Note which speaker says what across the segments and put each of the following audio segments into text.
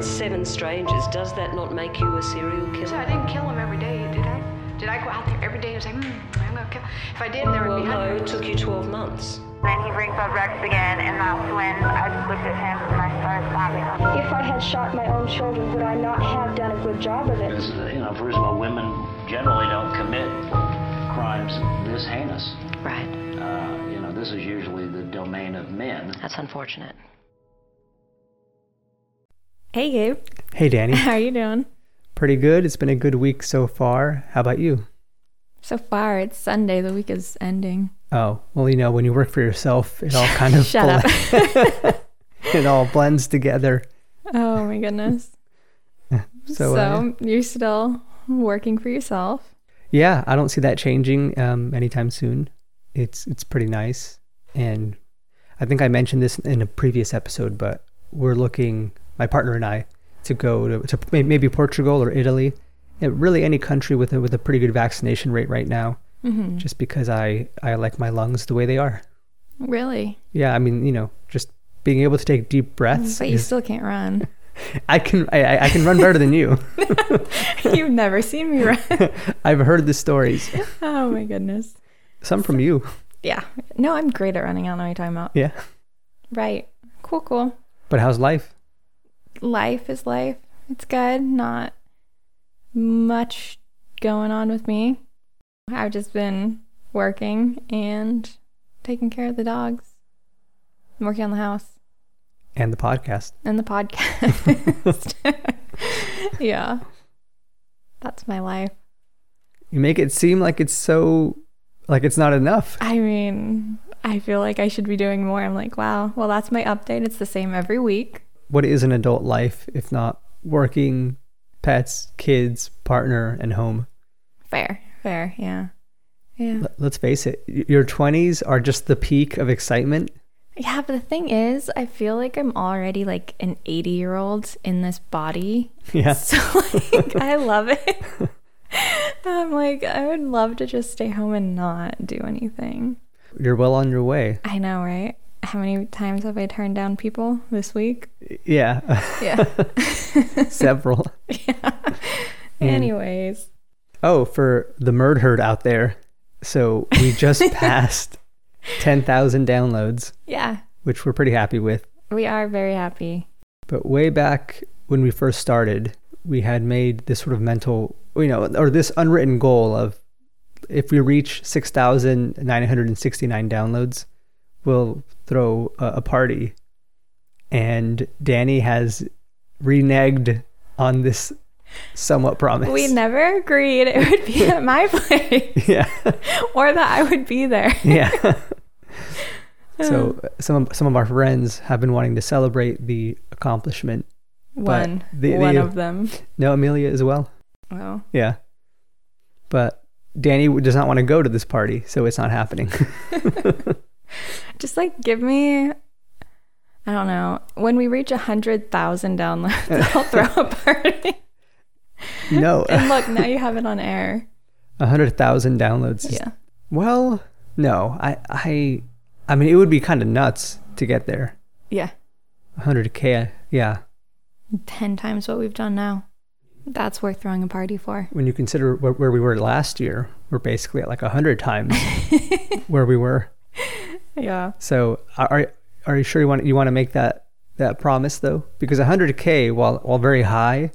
Speaker 1: seven strangers, does that not make you a serial killer?
Speaker 2: So I didn't kill him every day, did I? Did I go out there every day and say, hmm, I'm gonna kill? If I did, there
Speaker 1: well,
Speaker 2: would be
Speaker 1: no, it
Speaker 2: hundreds.
Speaker 1: took you 12 months.
Speaker 3: Then he brings up Rex again, and that's when I looked at him and I started sobbing.
Speaker 4: If I had shot my own children, would I not have done a good job of it?
Speaker 5: It's, uh, you know, first of all, women generally don't commit crimes this heinous.
Speaker 6: Right.
Speaker 5: Uh, you know, this is usually the domain of men.
Speaker 6: That's unfortunate.
Speaker 7: Hey, Gabe.
Speaker 8: Hey, Danny.
Speaker 7: How are you doing?
Speaker 8: Pretty good. It's been a good week so far. How about you?
Speaker 7: So far, it's Sunday. The week is ending.
Speaker 8: Oh, well, you know, when you work for yourself, it all kind of
Speaker 7: Shut up.
Speaker 8: it all blends together.
Speaker 7: Oh, my goodness.
Speaker 8: So,
Speaker 7: So,
Speaker 8: uh,
Speaker 7: you're still working for yourself.
Speaker 8: yeah, I don't see that changing um, anytime soon. It's it's pretty nice, and I think I mentioned this in a previous episode, but we're looking, my partner and I, to go to, to may- maybe Portugal or Italy, and really any country with a, with a pretty good vaccination rate right now,
Speaker 7: Mm-hmm.
Speaker 8: just because I I like my lungs the way they are.
Speaker 7: Really?
Speaker 8: Yeah, I mean, you know, just being able to take deep breaths.
Speaker 7: Mm, But you
Speaker 8: is-
Speaker 7: still can't run.
Speaker 8: I can I- I, I can run better than you.
Speaker 7: You've never seen me run.
Speaker 8: I've heard the stories,
Speaker 7: Oh, my goodness.
Speaker 8: some from you.
Speaker 7: Yeah. No, I'm great at running. I don't know what you're talking about.
Speaker 8: Yeah,
Speaker 7: Right. Cool, cool.
Speaker 8: but how's life?
Speaker 7: Life is life. It's good. Not much going on with me. I've just been working and taking care of the dogs, I'm working on the house
Speaker 8: And the podcast.
Speaker 7: and the podcast. yeah. That's my life.
Speaker 8: You make it seem like it's so like it's not enough.
Speaker 7: I mean, I feel like I should be doing more. I'm like, wow. Well, that's my update. It's the same every week.
Speaker 8: What is an adult life if not working, pets, kids, partner, and home?
Speaker 7: Fair. Fair. Yeah. Yeah.
Speaker 8: Let- Let's face it, y- your 20s are just the peak of excitement.
Speaker 7: Yeah, but the thing is, I feel like I'm already like an 80 year old in this body.
Speaker 8: Yeah.
Speaker 7: So, like, I love it. I'm like, I would love to just stay home and not do anything.
Speaker 8: You're well on your way.
Speaker 7: I know, right? How many times have I turned down people this week?
Speaker 8: Yeah,
Speaker 7: Yeah.
Speaker 8: several. Hmm.
Speaker 7: Anyways,
Speaker 8: Oh, for the murd herd out there. So we just passed 10,000 downloads,
Speaker 7: yeah,
Speaker 8: which we're pretty happy with.
Speaker 7: we are very happy.
Speaker 8: But way back when we first started, we had made this sort of mental, you know, or this unwritten goal of if we reach 6,969 downloads, we'll throw a, a party. And Danny has reneged on this somewhat promise.
Speaker 7: We never agreed it would be at my place
Speaker 8: yeah.
Speaker 7: or that I would be there.
Speaker 8: yeah. so uh, some of, some of our friends have been wanting to celebrate the accomplishment.
Speaker 7: One,
Speaker 8: the-
Speaker 7: one
Speaker 8: the-
Speaker 7: of them.
Speaker 8: No, Amelia as well.
Speaker 7: Well,
Speaker 8: Yeah, but Danny w- does not want to go to this party, so it's not happening.
Speaker 7: just like give me i don't know when we reach a 100000 downloads i'll throw a party
Speaker 8: no,
Speaker 7: and look now you have it on air
Speaker 8: a hundred thousand downloads. is-
Speaker 7: yeah
Speaker 8: Well, no, I I I mean it would be kind of nuts to get there.
Speaker 7: yeah
Speaker 8: hundred k. Yeah,
Speaker 7: 10 times what we've done now that's worth throwing a party for
Speaker 8: when you consider where, where we were last year, we're basically at like a hundred times where we were.
Speaker 7: yeah
Speaker 8: So are- are are you sure you want you want to make that that promise though? Because 100k, while while very high,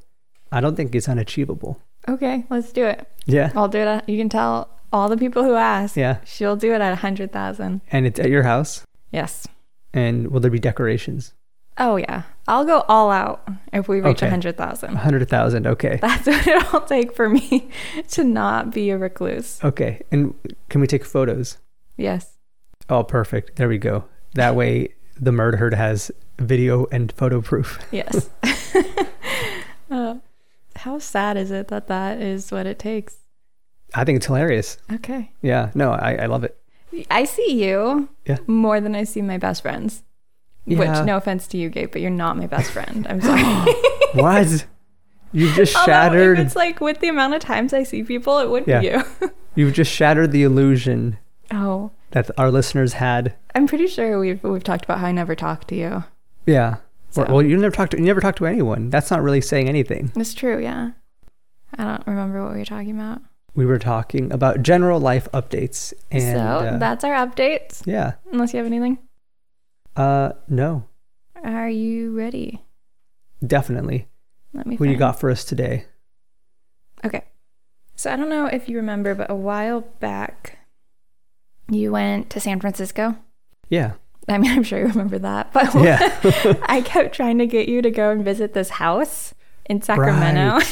Speaker 8: I don't think it's unachievable.
Speaker 7: okay let's do it
Speaker 8: Yeah,
Speaker 7: i'll do it at, you can tell all the people who ask
Speaker 8: Yeah.
Speaker 7: she'll do it at a 100000
Speaker 8: and it's at your house.
Speaker 7: yes
Speaker 8: And will there be decorations?
Speaker 7: oh yeah i'll go all out if we reach a
Speaker 8: Okay.
Speaker 7: 100000
Speaker 8: 100,000. Okay,
Speaker 7: that's what it'll take for me to not be a recluse
Speaker 8: okay. And can we take photos?
Speaker 7: yes
Speaker 8: Oh, perfect. There we go. That way, the murder herd has video and photo proof.
Speaker 7: Yes. uh, how sad is it that that is what it takes?
Speaker 8: I think it's hilarious.
Speaker 7: Okay.
Speaker 8: Yeah, no, I, I love it.
Speaker 7: I see you
Speaker 8: Yeah.
Speaker 7: more than I see my best friends.
Speaker 8: Yeah.
Speaker 7: Which, no offense to you, Gabe, but you're not my best friend. I'm sorry.
Speaker 8: What? You've just
Speaker 7: Although,
Speaker 8: shattered.
Speaker 7: If it's like with the amount of times I see people, it would
Speaker 8: Yeah.
Speaker 7: be you.
Speaker 8: You've just shattered the illusion
Speaker 7: oh,
Speaker 8: that our listeners had.
Speaker 7: I'm pretty sure we've we've talked about how I never talk to you.
Speaker 8: Yeah.
Speaker 7: So
Speaker 8: Or, well, you never talk to you never talk to anyone. That's not really saying anything.
Speaker 7: it's true, yeah. I don't remember what we were talking about.
Speaker 8: We were talking about general life updates, and
Speaker 7: so
Speaker 8: uh,
Speaker 7: that's our updates.
Speaker 8: yeah,
Speaker 7: Unless you have anything.
Speaker 8: uh, no,
Speaker 7: Are you ready?
Speaker 8: definitely.
Speaker 7: Let me.
Speaker 8: Who you
Speaker 7: find-
Speaker 8: got for us today?
Speaker 7: Okay. So I don't know if you remember, but a while back, you went to San Francisco.
Speaker 8: Yeah,
Speaker 7: I mean, I'm sure you remember that, but
Speaker 8: Yeah.
Speaker 7: I kept trying to get you to go and visit this house in Sacramento.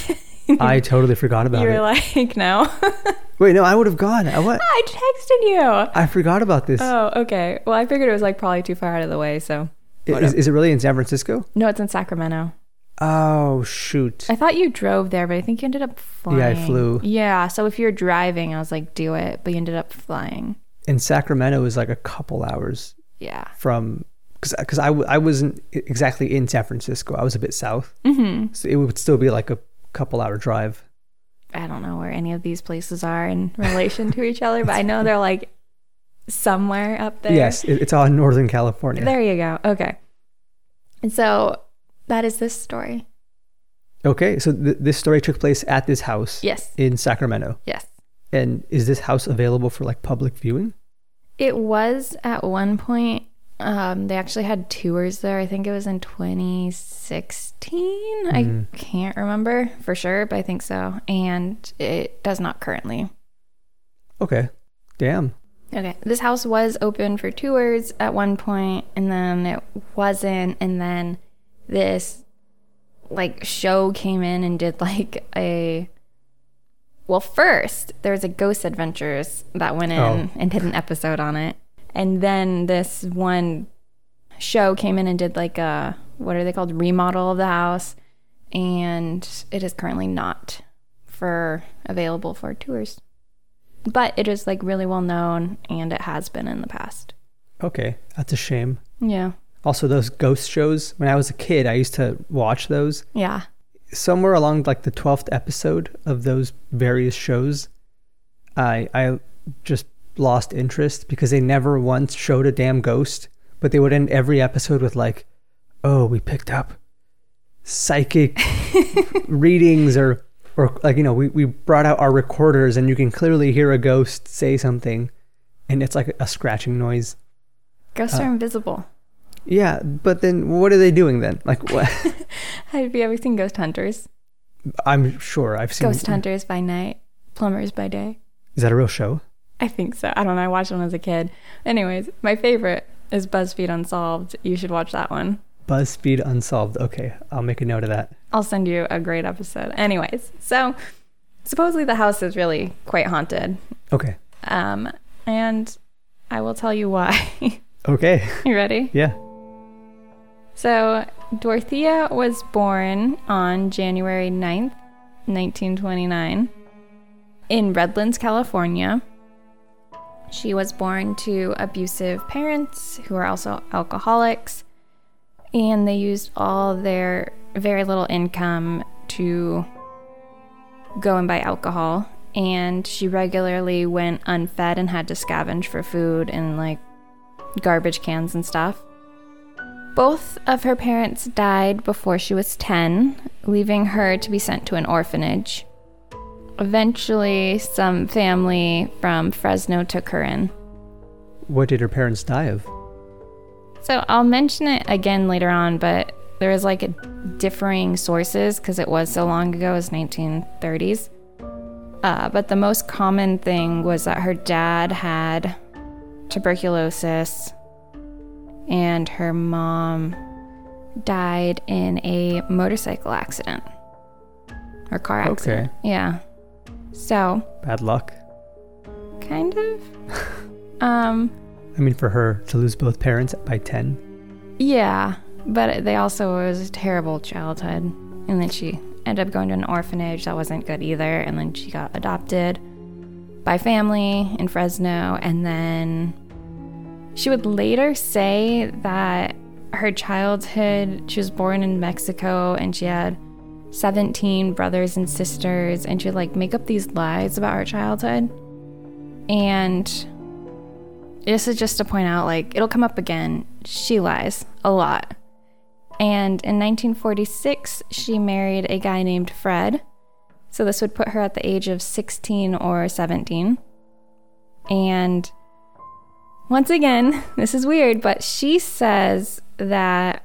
Speaker 8: I totally forgot about
Speaker 7: you were
Speaker 8: it.
Speaker 7: like, no.
Speaker 8: Wait, no, I would have gone. I what?
Speaker 7: I texted you.
Speaker 8: I forgot about this.
Speaker 7: Oh, okay. Well, I figured it was like probably too far out of the way. So,
Speaker 8: I- is, is it really in San Francisco?
Speaker 7: no, it's in Sacramento.
Speaker 8: Oh shoot!
Speaker 7: I thought you drove there, but I think you ended up flying.
Speaker 8: Yeah, I flew.
Speaker 7: Yeah. So, if you're driving, I was like, do it. But you ended up flying.
Speaker 8: And Sacramento is like a couple hours
Speaker 7: Yeah.
Speaker 8: from because because I, w- I wasn't e-, exactly in San Francisco. I was a bit south, mm-hmm. so it would still be like a couple hour drive.
Speaker 7: I don't know where any of these places are in relation to each other, but I know they're like somewhere up there.
Speaker 8: Yes, it, it's all in Northern California.
Speaker 7: There you go. Okay. And so that is this story.
Speaker 8: Okay, so th- this story took place at this house
Speaker 7: Yes.
Speaker 8: in Sacramento,
Speaker 7: Yes.
Speaker 8: and is this house available for like public viewing?
Speaker 7: It was at one point, um, they actually had tours there. I think it was in 2016.
Speaker 8: Mm-hmm.
Speaker 7: I can't remember for sure, but I think so. And it does not currently.
Speaker 8: Okay, damn.
Speaker 7: Okay. This house was open for tours at one point and then it wasn't and then this like show came in and did like a well first there was a ghost adventures that went in
Speaker 8: Oh.
Speaker 7: and did an episode on it and then this one show came in and did like a what are they called remodel of the house and it is currently not for available for tours but it is like really well known and it has been in the past
Speaker 8: Okay, that's a shame.
Speaker 7: yeah
Speaker 8: Also, those ghost shows. When I was a kid, I used to watch those.
Speaker 7: yeah
Speaker 8: somewhere along like the 12th episode of those various shows i i just lost interest because they never once showed a damn ghost but they would end every episode with like oh we picked up psychic readings or or like you know we, we brought out our recorders and you can clearly hear a ghost say something and it's like a scratching noise
Speaker 7: ghosts are invisible
Speaker 8: yeah but then what are they doing then like what
Speaker 7: have you ever seen ghost hunters
Speaker 8: i'm sure i've seen
Speaker 7: ghost hunters by night plumbers by day
Speaker 8: is that a real show
Speaker 7: I think so. I don't know. I watched one as a kid. Anyways, my favorite is BuzzFeed Unsolved. You should watch that one.
Speaker 8: BuzzFeed Unsolved. Okay, I'll make a note of that.
Speaker 7: I'll send you a great episode. Anyways, so supposedly the house is really quite haunted.
Speaker 8: Okay.
Speaker 7: Um, and I will tell you why. you
Speaker 8: Okay.
Speaker 7: ready?
Speaker 8: Yeah.
Speaker 7: So, Dorothea was born on January 9th, 1929, in Redlands, California. She was born to abusive parents who were also alcoholics, and they used all their very little income to go and buy alcohol. And she regularly went unfed and had to scavenge for food and like garbage cans and stuff. Both of her parents died before she was 10, leaving her to be sent to an orphanage. Eventually, some family from Fresno took her in.
Speaker 8: What did her parents die of?
Speaker 7: So I'll mention it again later on, but there was like differing sources because it was so long ago, it was 1930s. Uh, but the most common thing was that her dad had tuberculosis, and her mom died in a motorcycle accident or car
Speaker 8: Okay.
Speaker 7: accident. Yeah. So
Speaker 8: Bad luck.
Speaker 7: kind of. um.
Speaker 8: I mean, for her to lose both parents by 10.
Speaker 7: Yeah, but they also it was a terrible childhood, and then she ended up going to an orphanage that wasn't good either, and then she got adopted by family in Fresno, and then she would later say that her childhood she was born in Mexico and she had 17 brothers and sisters and she would like make up these lies about her childhood and this is just to point out like it'll come up again she lies a lot And in 1946, she married a guy named Fred. So this would put her at the age of 16 or 17. And once again, this is weird, but she says that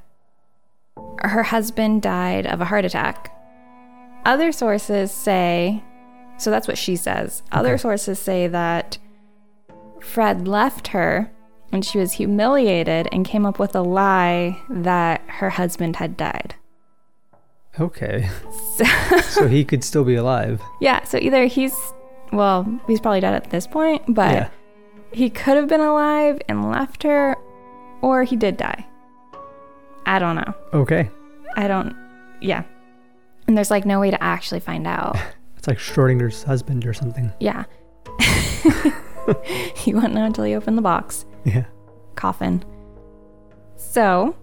Speaker 7: her husband died of a heart attack. Other sources say, so that's what she says. Other sources say that Fred left her when she was humiliated and came up with a lie that her husband had died.
Speaker 8: Okay.
Speaker 7: So,
Speaker 8: So he could still be alive.
Speaker 7: yeah, so either he's, well, he's probably dead at this point, but
Speaker 8: yeah.
Speaker 7: he could have been alive and left her, or he did die. I don't know.
Speaker 8: Okay.
Speaker 7: I don't, yeah. And there's like no way to actually find out.
Speaker 8: It's like Schrodinger's husband or something.
Speaker 7: Yeah. you won't know until you open the box.
Speaker 8: Yeah.
Speaker 7: coffin. So,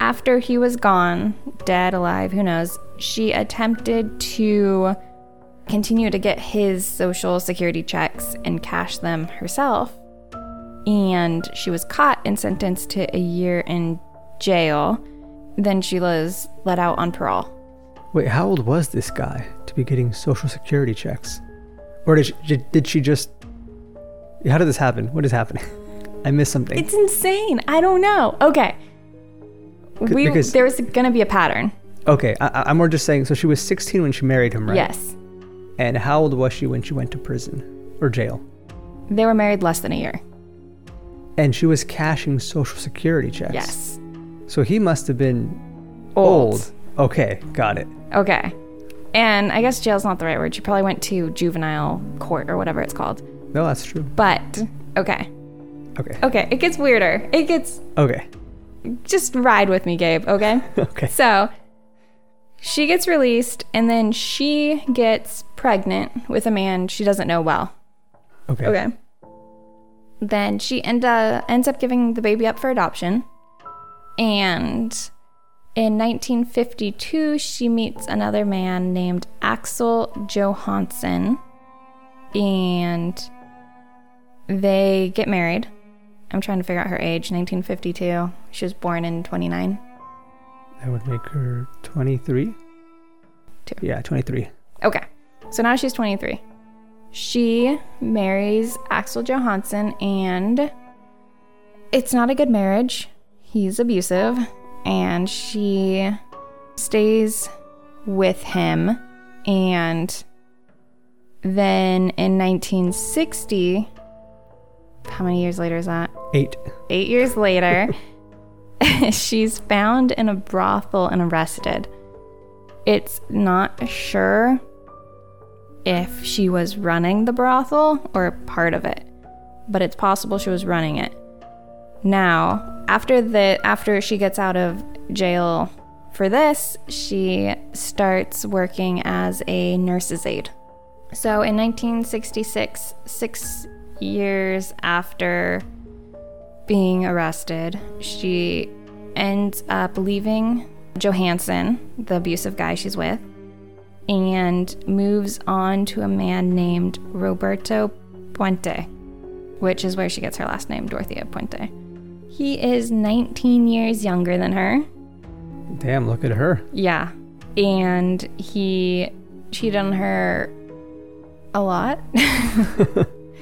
Speaker 7: after he was gone, dead, alive, who knows, she attempted to continue to get his social security checks and cash them herself. And she was caught and sentenced to a year in jail. Then she was let out on parole.
Speaker 8: Wait, how old was this guy to be getting social security checks? Or did she, did she just. How did this happen? What is happening? I missed something.
Speaker 7: It's insane. I don't know. Okay.
Speaker 8: C-
Speaker 7: We,
Speaker 8: because-
Speaker 7: there was going to be a pattern.
Speaker 8: okay, I, I- I'm more just saying. So she was 16 when she married him, right?
Speaker 7: Yes.
Speaker 8: And how old was she when she went to prison or jail?
Speaker 7: They were married less than a year.
Speaker 8: And she was cashing social security checks.
Speaker 7: Yes.
Speaker 8: So he must have been old. Okay, got it.
Speaker 7: Okay. And I guess jail's not the right word. She probably went to juvenile court or whatever it's called.
Speaker 8: No, that's true.
Speaker 7: But okay.
Speaker 8: Okay.
Speaker 7: Okay, it gets weirder. It gets
Speaker 8: Okay.
Speaker 7: just ride with me, Gabe, okay?
Speaker 8: Okay.
Speaker 7: so she gets released and then she gets pregnant with a man she doesn't know well.
Speaker 8: Okay.
Speaker 7: Okay. Then she end, uh, ends up giving the baby up for adoption. And in 1952, she meets another man named Axel Johansson. And they get married. I'm trying to figure out her age 1952. She was born in 29.
Speaker 8: That would make her 23.
Speaker 7: Two.
Speaker 8: Yeah, 23.
Speaker 7: Okay. So now she's 23. She marries Axel Johansson, and it's not a good marriage. He's abusive, and she stays with him. And then in 1960, how many years later is that?
Speaker 8: Eight.
Speaker 7: Eight years later, she's found in a brothel and arrested. It's not sure if she was running the brothel or part of it, but it's possible she was running it. Now, after the after she gets out of jail for this, she starts working as a nurse's aide. So in 1966, six years after being arrested, she ends up leaving Johansson, the abusive guy she's with, and moves on to a man named Roberto Puente, which is where she gets her last name, Dorothea Puente. He is 19 years younger than her.
Speaker 8: Damn, look at her.
Speaker 7: Yeah. And he cheated on her a lot.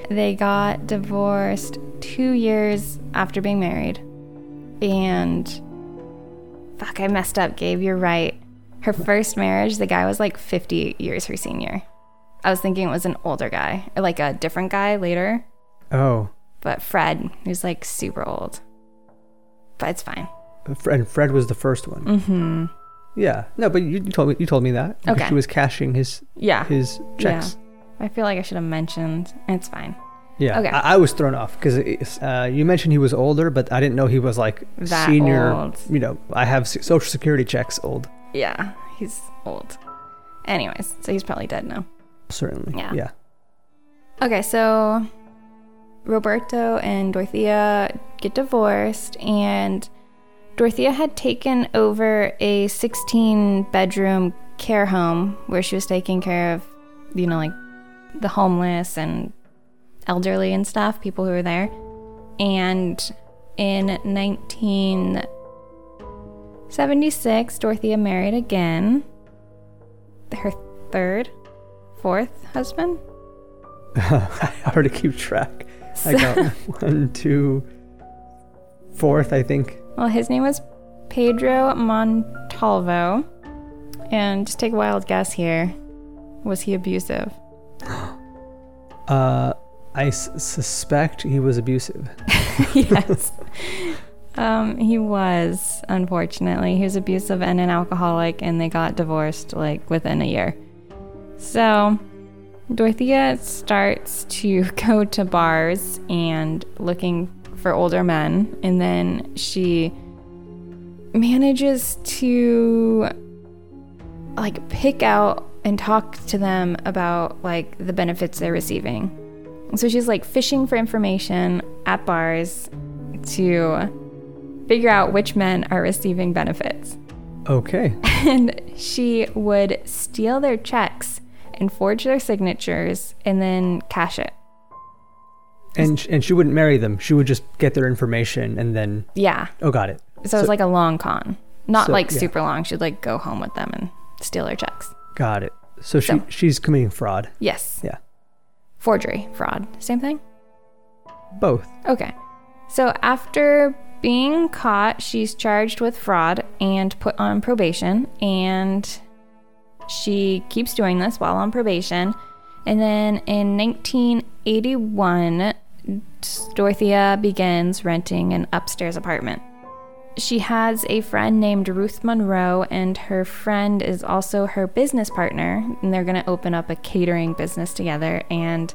Speaker 7: they got divorced two years after being married. And fuck, I messed up, Gabe. You're right. Her first marriage, the guy was like 50 years her senior. I was thinking it was an older guy, or like a different guy later,
Speaker 8: Oh.
Speaker 7: but Fred, who's like super old. But it's fine.
Speaker 8: Fred, Fred was the first one.
Speaker 7: Mm.
Speaker 8: Mm-hmm. Yeah. No, but you, you told me you told me that. because
Speaker 7: Okay.
Speaker 8: She was cashing his
Speaker 7: Yeah.
Speaker 8: his checks.
Speaker 7: I feel like I should have mentioned. It's fine.
Speaker 8: Yeah.
Speaker 7: Okay.
Speaker 8: I, I was thrown off because uh, you mentioned he was older, but I didn't know he was like
Speaker 7: That
Speaker 8: senior.
Speaker 7: old.
Speaker 8: You know, I have s- social security checks old.
Speaker 7: Yeah, he's old. Anyways, so he's probably dead now.
Speaker 8: Certainly.
Speaker 7: Yeah.
Speaker 8: Yeah.
Speaker 7: Okay, so Roberto and Dorothea get divorced, and Dorothea had taken over a 16 bedroom care home where she was taking care of, you know, like the homeless and elderly and stuff, people who were there. And in 19 76, Dorothea married again. Her third, fourth husband.
Speaker 8: I hard to keep track. I got one, two, fourth, I think.
Speaker 7: Well, his name was Pedro Montalvo. And just take a wild guess here. Was he abusive?
Speaker 8: Uh, I s- suspect he was abusive.
Speaker 7: yes. Um, he was, unfortunately. He was abusive and an alcoholic, and they got divorced like within a year. So, Dorothea starts to go to bars and looking for older men, and then she manages to like pick out and talk to them about like the benefits they're receiving. So she's like fishing for information at bars to figure out which men are receiving benefits.
Speaker 8: Okay.
Speaker 7: And she would steal their checks and forge their signatures and then cash it.
Speaker 8: And sh- and she wouldn't marry them. She would just get their information and then
Speaker 7: Yeah.
Speaker 8: oh, got it.
Speaker 7: So, it was like a long con. Not
Speaker 8: So,
Speaker 7: like
Speaker 8: yeah.
Speaker 7: super long. She'd like go home with them and steal their checks.
Speaker 8: Got it. So she
Speaker 7: So-
Speaker 8: she's committing fraud.
Speaker 7: Yes.
Speaker 8: Yeah.
Speaker 7: Forgery, fraud. Same thing?
Speaker 8: Both.
Speaker 7: Okay. So after being caught, she's charged with fraud and put on probation. And she keeps doing this while on probation. And then in 1981, Dorothea begins renting an upstairs apartment. She has a friend named Ruth Monroe, and her friend is also her business partner. And they're going to open up a catering business together. And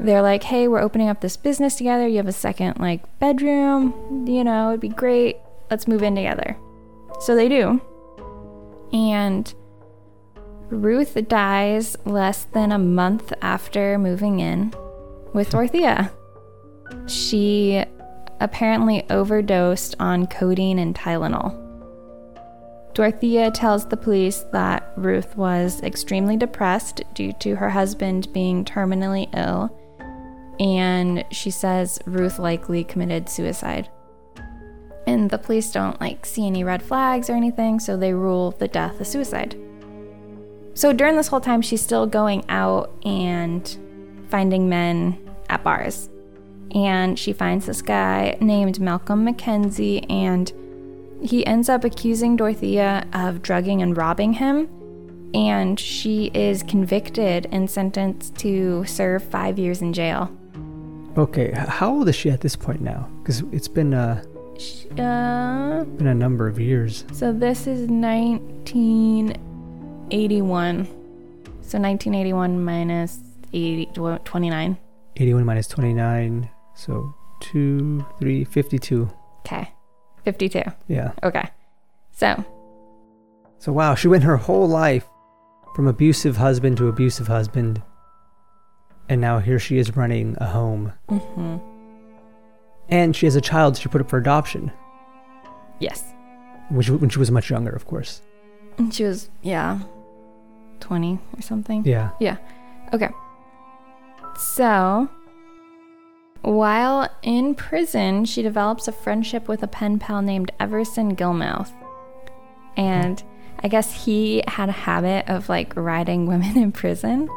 Speaker 7: they're like, hey, we're opening up this business together. You have a second, like, bedroom. You know, it'd be great. Let's move in together. So they do. And Ruth dies less than a month after moving in with Dorothea. She apparently overdosed on codeine and Tylenol. Dorothea tells the police that Ruth was extremely depressed due to her husband being terminally ill, and she says Ruth likely committed suicide. And the police don't like see any red flags or anything, so they rule the death a suicide. So during this whole time, she's still going out and finding men at bars. And she finds this guy named Malcolm McKenzie, and he ends up accusing Dorothea of drugging and robbing him, and she is convicted and sentenced to serve five years in jail.
Speaker 8: Okay. H- How old is she at this point now? Because it's been uh
Speaker 7: Sh- Uh,
Speaker 8: been a number of years.
Speaker 7: so this is 1981. So 1981 minus 80, tw- 29.
Speaker 8: Eighty-one minus twenty-nine. So two, three, fifty-two.
Speaker 7: Okay. 52.
Speaker 8: Yeah.
Speaker 7: Okay. So
Speaker 8: So wow, she went her whole life from abusive husband to abusive husband, and now here she is running a home.
Speaker 7: mm-hmm.
Speaker 8: And she has a child she put up for adoption,
Speaker 7: yes,
Speaker 8: which when she was much younger, of course.
Speaker 7: And she was yeah, 20 or something.
Speaker 8: Yeah.
Speaker 7: Yeah. Okay. So, while in prison, she develops a friendship with a pen pal named Everson Gilmouth. And I guess he had a habit of like riding women in prison.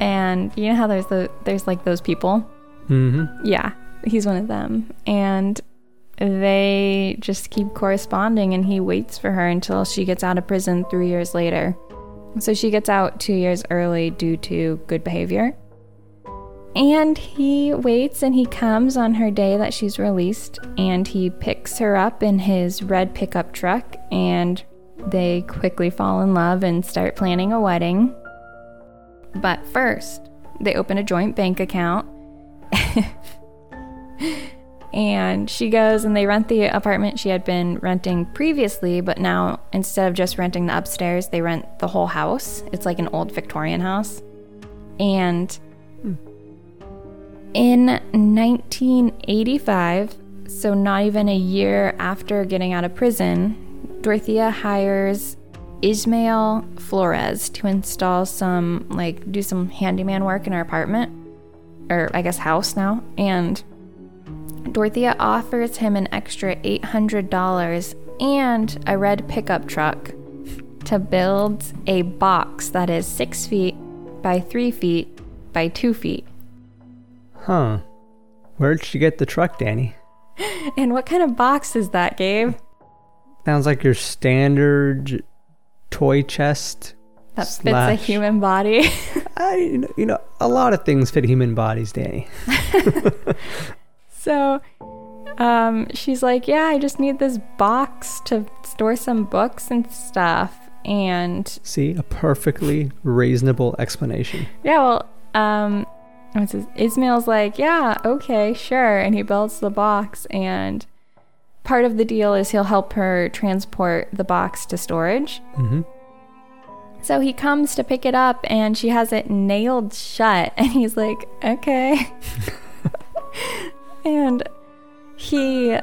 Speaker 7: and you know how there's the there's like those people?
Speaker 8: Mm-hmm.
Speaker 7: Yeah, he's one of them. And they just keep corresponding, and he waits for her until she gets out of prison three years later. So she gets out two years early due to good behavior. And he waits and he comes on her day that she's released and he picks her up in his red pickup truck and they quickly fall in love and start planning a wedding. But first, they open a joint bank account and she goes and they rent the apartment she had been renting previously, but now instead of just renting the upstairs, they rent the whole house. It's like an old Victorian house. And in 1985, so not even a year after getting out of prison, Dorothea hires Ismael Flores to install some, like, do some handyman work in her apartment, or I guess house now. And Dorothea offers him an extra $800 and a red pickup truck to build a box that is six feet by three feet by two feet.
Speaker 8: Huh. Where'd she get the truck, Danny?
Speaker 7: And what kind of box is that, Gabe?
Speaker 8: Sounds like your standard toy chest.
Speaker 7: That fits a
Speaker 8: Slash.
Speaker 7: human body.
Speaker 8: I, you know- you know, a lot of things fit human bodies, Danny.
Speaker 7: So um, she's like, Yeah, I just need this box to store some books and stuff. And
Speaker 8: See, a perfectly reasonable explanation.
Speaker 7: yeah, well, um, what's his, Ismail's like, Yeah, okay, sure. And he builds the box. And part of the deal is he'll help her transport the box to storage.
Speaker 8: hmm
Speaker 7: So he comes to pick it up and she has it nailed shut. And he's like, okay. and he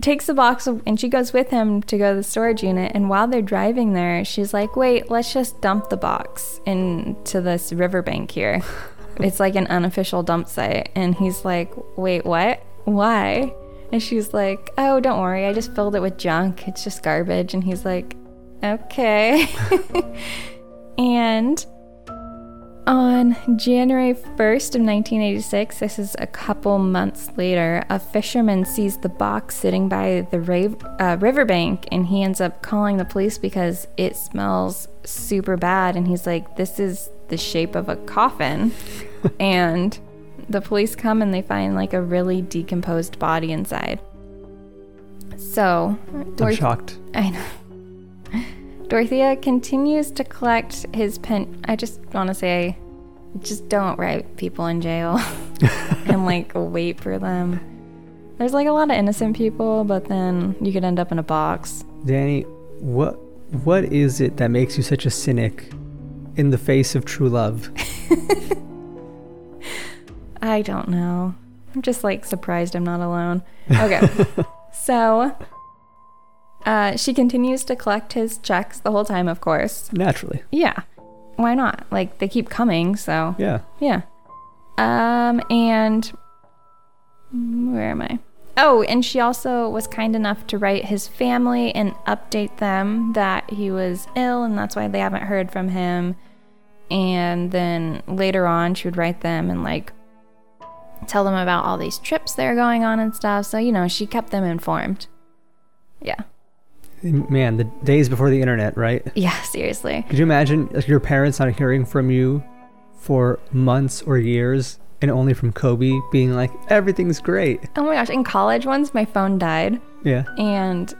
Speaker 7: takes the box and she goes with him to go to the storage unit. And while they're driving there, she's like, wait, let's just dump the box into this riverbank here. it's like an unofficial dump site. And he's like, wait, what? Why? And she's like, oh, don't worry. I just filled it with junk. It's just garbage. And he's like, Okay. and on January 1st of 1986, this is a couple months later, a fisherman sees the box sitting by the rave, uh, riverbank and he ends up calling the police because it smells super bad and he's like, this is the shape of a coffin. and the police come and they find like a really decomposed body inside. So,
Speaker 8: I'm
Speaker 7: Dorothy-
Speaker 8: shocked.
Speaker 7: I know. Dorothea continues to collect his pen. I just want to say, just don't write people in jail and like wait for them. There's like a lot of innocent people, but then you could end up in a box.
Speaker 8: Danny, what what is it that makes you such a cynic in the face of true love?
Speaker 7: I don't know. I'm just like surprised I'm not alone. Okay. so uh, she continues to collect his checks the whole time, of course.
Speaker 8: Naturally.
Speaker 7: Yeah. Why not? Like they keep coming, so.
Speaker 8: Yeah.
Speaker 7: Yeah. Um, and mm, where am I? Oh, and she also was kind enough to write his family and update them that he was ill and that's why they haven't heard from him. And then later on, she would write them and like tell them about all these trips that are going on and stuff. So, you know, she kept them informed. Yeah.
Speaker 8: Man, the days before the internet, right?
Speaker 7: Yeah, seriously.
Speaker 8: Could you imagine like, your parents not hearing from you for months or years and only from Kobe being like, everything's great?
Speaker 7: Oh my gosh, in college once, my phone died.
Speaker 8: Yeah.
Speaker 7: and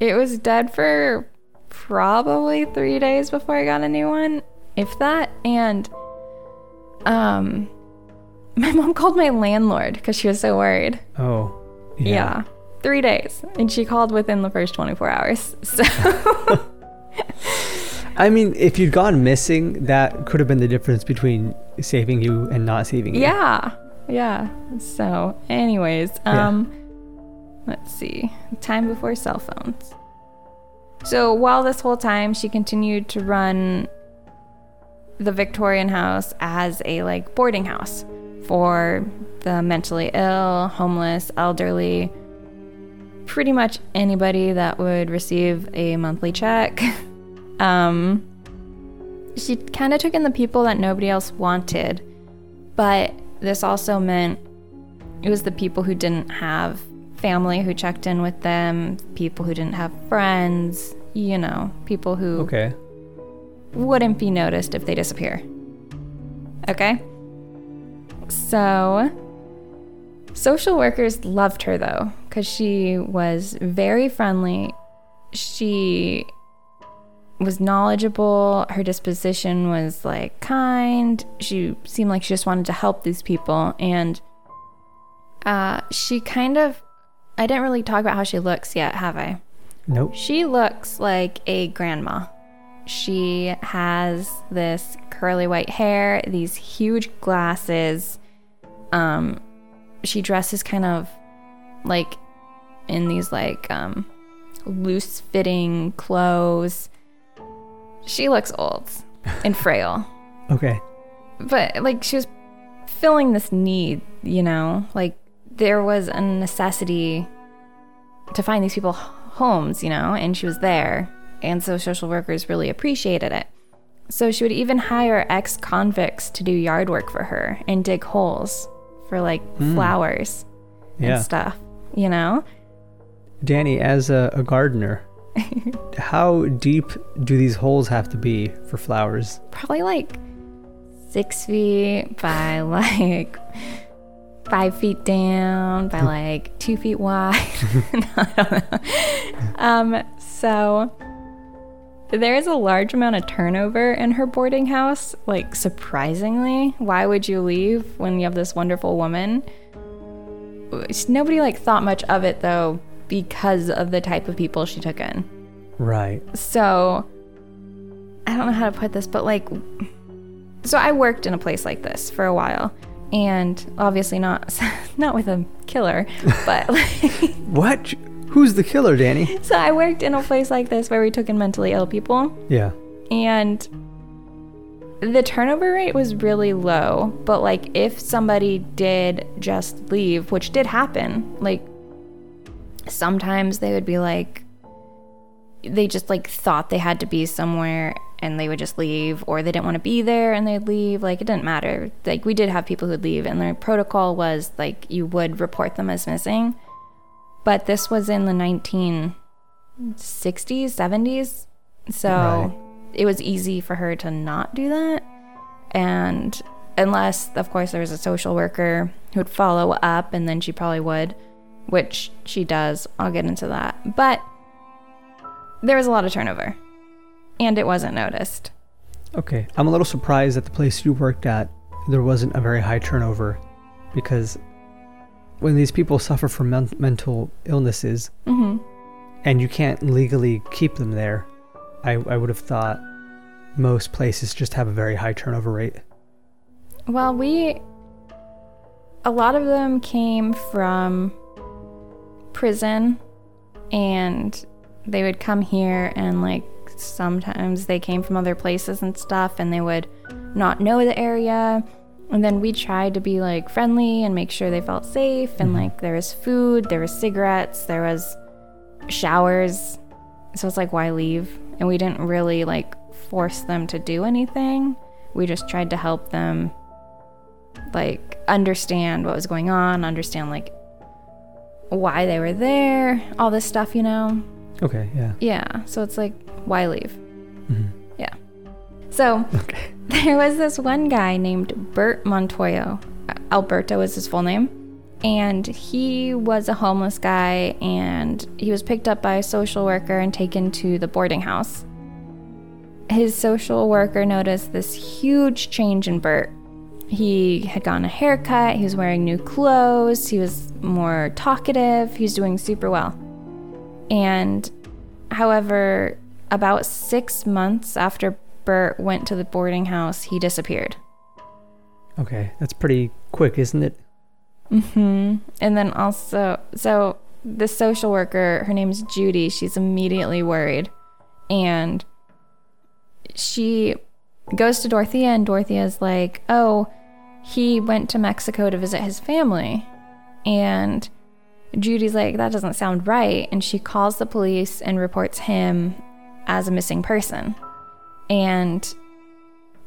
Speaker 7: it was dead for probably three days before I got a new one, if that. And um, my mom called my landlord because she was so worried.
Speaker 8: Oh.
Speaker 7: Yeah. three days, and she called within the first 24 hours. So
Speaker 8: I mean, if you'd gone missing, that could have been the difference between saving you and not saving you.
Speaker 7: yeah, yeah. So, anyways,
Speaker 8: Yeah.
Speaker 7: um, let's see, time before cell phones. So while this whole time she continued to run the Victorian house as a like boarding house for the mentally ill, homeless, elderly, pretty much anybody that would receive a monthly check. um she kind of took in the people that nobody else wanted, but this also meant it was the people who didn't have family who checked in with them, people who didn't have friends, you know, people who
Speaker 8: Okay.
Speaker 7: wouldn't be noticed if they disappear. Okay? So, social workers loved her though, because she was very friendly. She was knowledgeable. Her disposition was like kind. She seemed like she just wanted to help these people. And uh, she kind of, I didn't really talk about how she looks yet, have I?
Speaker 8: Nope.
Speaker 7: She looks like a grandma. She has this curly white hair, these huge glasses. Um, she dresses kind of like in these like um, loose fitting clothes. She looks old and frail,
Speaker 8: Okay.
Speaker 7: but like she was filling this need, you know, like there was a necessity to find these people homes, you know, and she was there. And so social workers really appreciated it. So she would even hire ex convicts to do yard work for her and dig holes for like flowers
Speaker 8: Yeah.
Speaker 7: and stuff, you know?
Speaker 8: Danny, as a, a gardener, how deep do these holes have to be for flowers?
Speaker 7: Probably like six feet by like five feet down by like two feet wide. No, I don't know. Um, so there is a large amount of turnover in her boarding house, like surprisingly. Why would you leave when you have this wonderful woman? Which Nobody like thought much of it though because of the type of people she took in.
Speaker 8: Right.
Speaker 7: So I don't know how to put this, but like, so I worked in a place like this for a while, and obviously not not with a killer, but like,
Speaker 8: What? Who's the killer, Danny?
Speaker 7: so I worked in a place like this where we took in mentally ill people,
Speaker 8: yeah.
Speaker 7: and the turnover rate was really low. But like, if somebody did just leave, which did happen, like sometimes they would be like they just like thought they had to be somewhere and they would just leave or they didn't want to be there and they'd leave like it didn't matter like we did have people who'd leave and their protocol was like you would report them as missing but this was in the 1960s 70s so
Speaker 8: Right.
Speaker 7: it was easy for her to not do that and unless of course there was a social worker who'd follow up and then she probably would which she does i'll get into that but there was a lot of turnover and it wasn't noticed
Speaker 8: Okay. I'm a little surprised that the place you worked at, there wasn't a very high turnover because when these people suffer from men- mental illnesses
Speaker 7: mm-hmm.
Speaker 8: and you can't legally keep them there, I, I would have thought most places just have a very high turnover rate.
Speaker 7: well we a lot of them came from prison and they would come here and like sometimes they came from other places and stuff and they would not know the area and then we tried to be like friendly and make sure they felt safe and like there was food there was cigarettes there was showers so it's like why leave and we didn't really like force them to do anything we just tried to help them like understand what was going on understand like why they were there all this stuff you know
Speaker 8: Okay. Yeah.
Speaker 7: yeah so it's like why leave yeah so
Speaker 8: Okay.
Speaker 7: there was this one guy named Bert Montoyo. Alberto is his full name. And he was a homeless guy and he was picked up by a social worker and taken to the boarding house. His social worker noticed this huge change in Bert. He had gotten a haircut, he was wearing new clothes, he was more talkative, he was doing super well. And However, about six months after Bert went to the boarding house, he disappeared.
Speaker 8: Okay. That's pretty quick, isn't it?
Speaker 7: hmm And then also, so the social worker, her name's Judy, she's immediately worried. And she goes to Dorothea, and Dorothea's like, oh, he went to Mexico to visit his family. And Judy's like, that doesn't sound right. And she calls the police and reports him as a missing person. And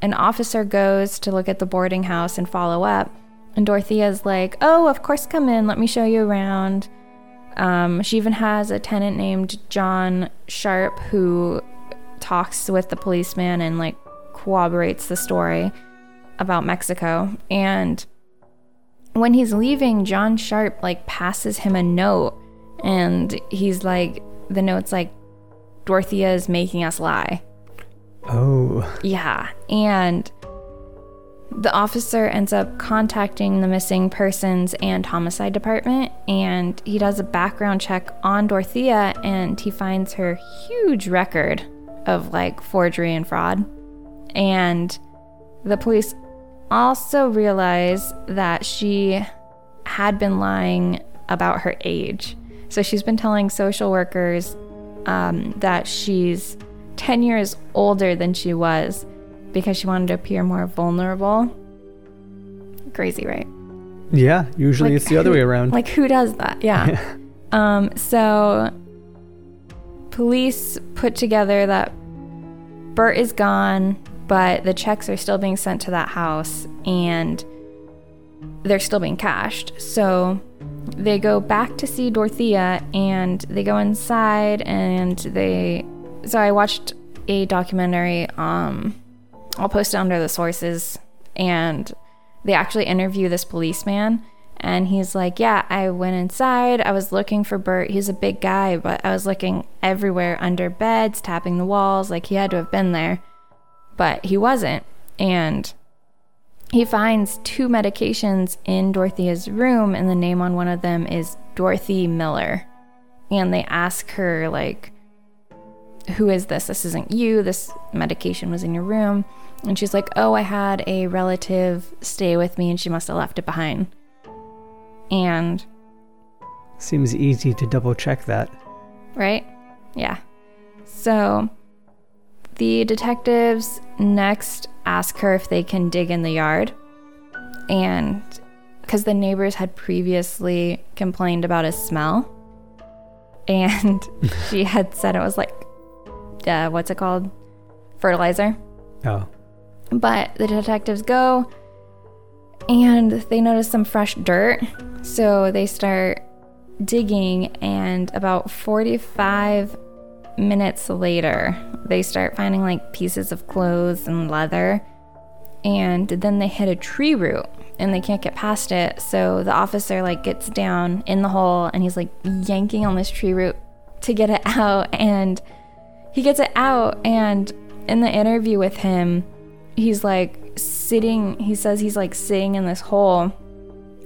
Speaker 7: an officer goes to look at the boarding house and follow up. And Dorothea's like, oh, of course, come in. Let me show you around. Um, she even has a tenant named John Sharp who talks with the policeman and like corroborates the story about Mexico. And when he's leaving, John Sharp like passes him a note and he's like, the note's like, Dorothea is making us lie.
Speaker 8: Oh.
Speaker 7: Yeah. And the officer ends up contacting the missing persons and homicide department, and he does a background check on Dorothea and he finds her huge record of like forgery and fraud. And the police also realize that she had been lying about her age. So she's been telling social workers um, that she's 10 years older than she was because she wanted to appear more vulnerable. Crazy, right?
Speaker 8: Yeah. Usually
Speaker 7: Like,
Speaker 8: it's the other
Speaker 7: who-
Speaker 8: way around.
Speaker 7: Like, who does that? Yeah. Um, so police put together that Bert is gone, but the checks are still being sent to that house and they're still being cashed. So they go back to see Dorothea and they go inside and they so I watched a documentary um I'll post it under the sources and they actually interview this policeman and he's like, "Yeah, I went inside. I was looking for Bert. He's a big guy, but I was looking everywhere under beds, tapping the walls, like he had to have been there, but he wasn't." And he finds two medications in Dorothea's room, and the name on one of them is Dorothy Miller. And they ask her, like, who is this? This isn't you. This medication was in your room. And she's like, oh, I had a relative stay with me, and she must have left it behind. And,
Speaker 8: Seems easy to double check that.
Speaker 7: right? Yeah. So the detectives next ask her if they can dig in the yard. And because the neighbors had previously complained about a smell. And she had said it was like, uh, what's it called? Fertilizer.
Speaker 8: Oh,
Speaker 7: But the detectives go and they notice some fresh dirt. So they start digging, and about 45 minutes later, they start finding like pieces of clothes and leather. And then they hit a tree root and they can't get past it. So the officer like gets down in the hole and he's like yanking on this tree root to get it out and he gets it out and in the interview with him he's like sitting he says he's like sitting in this hole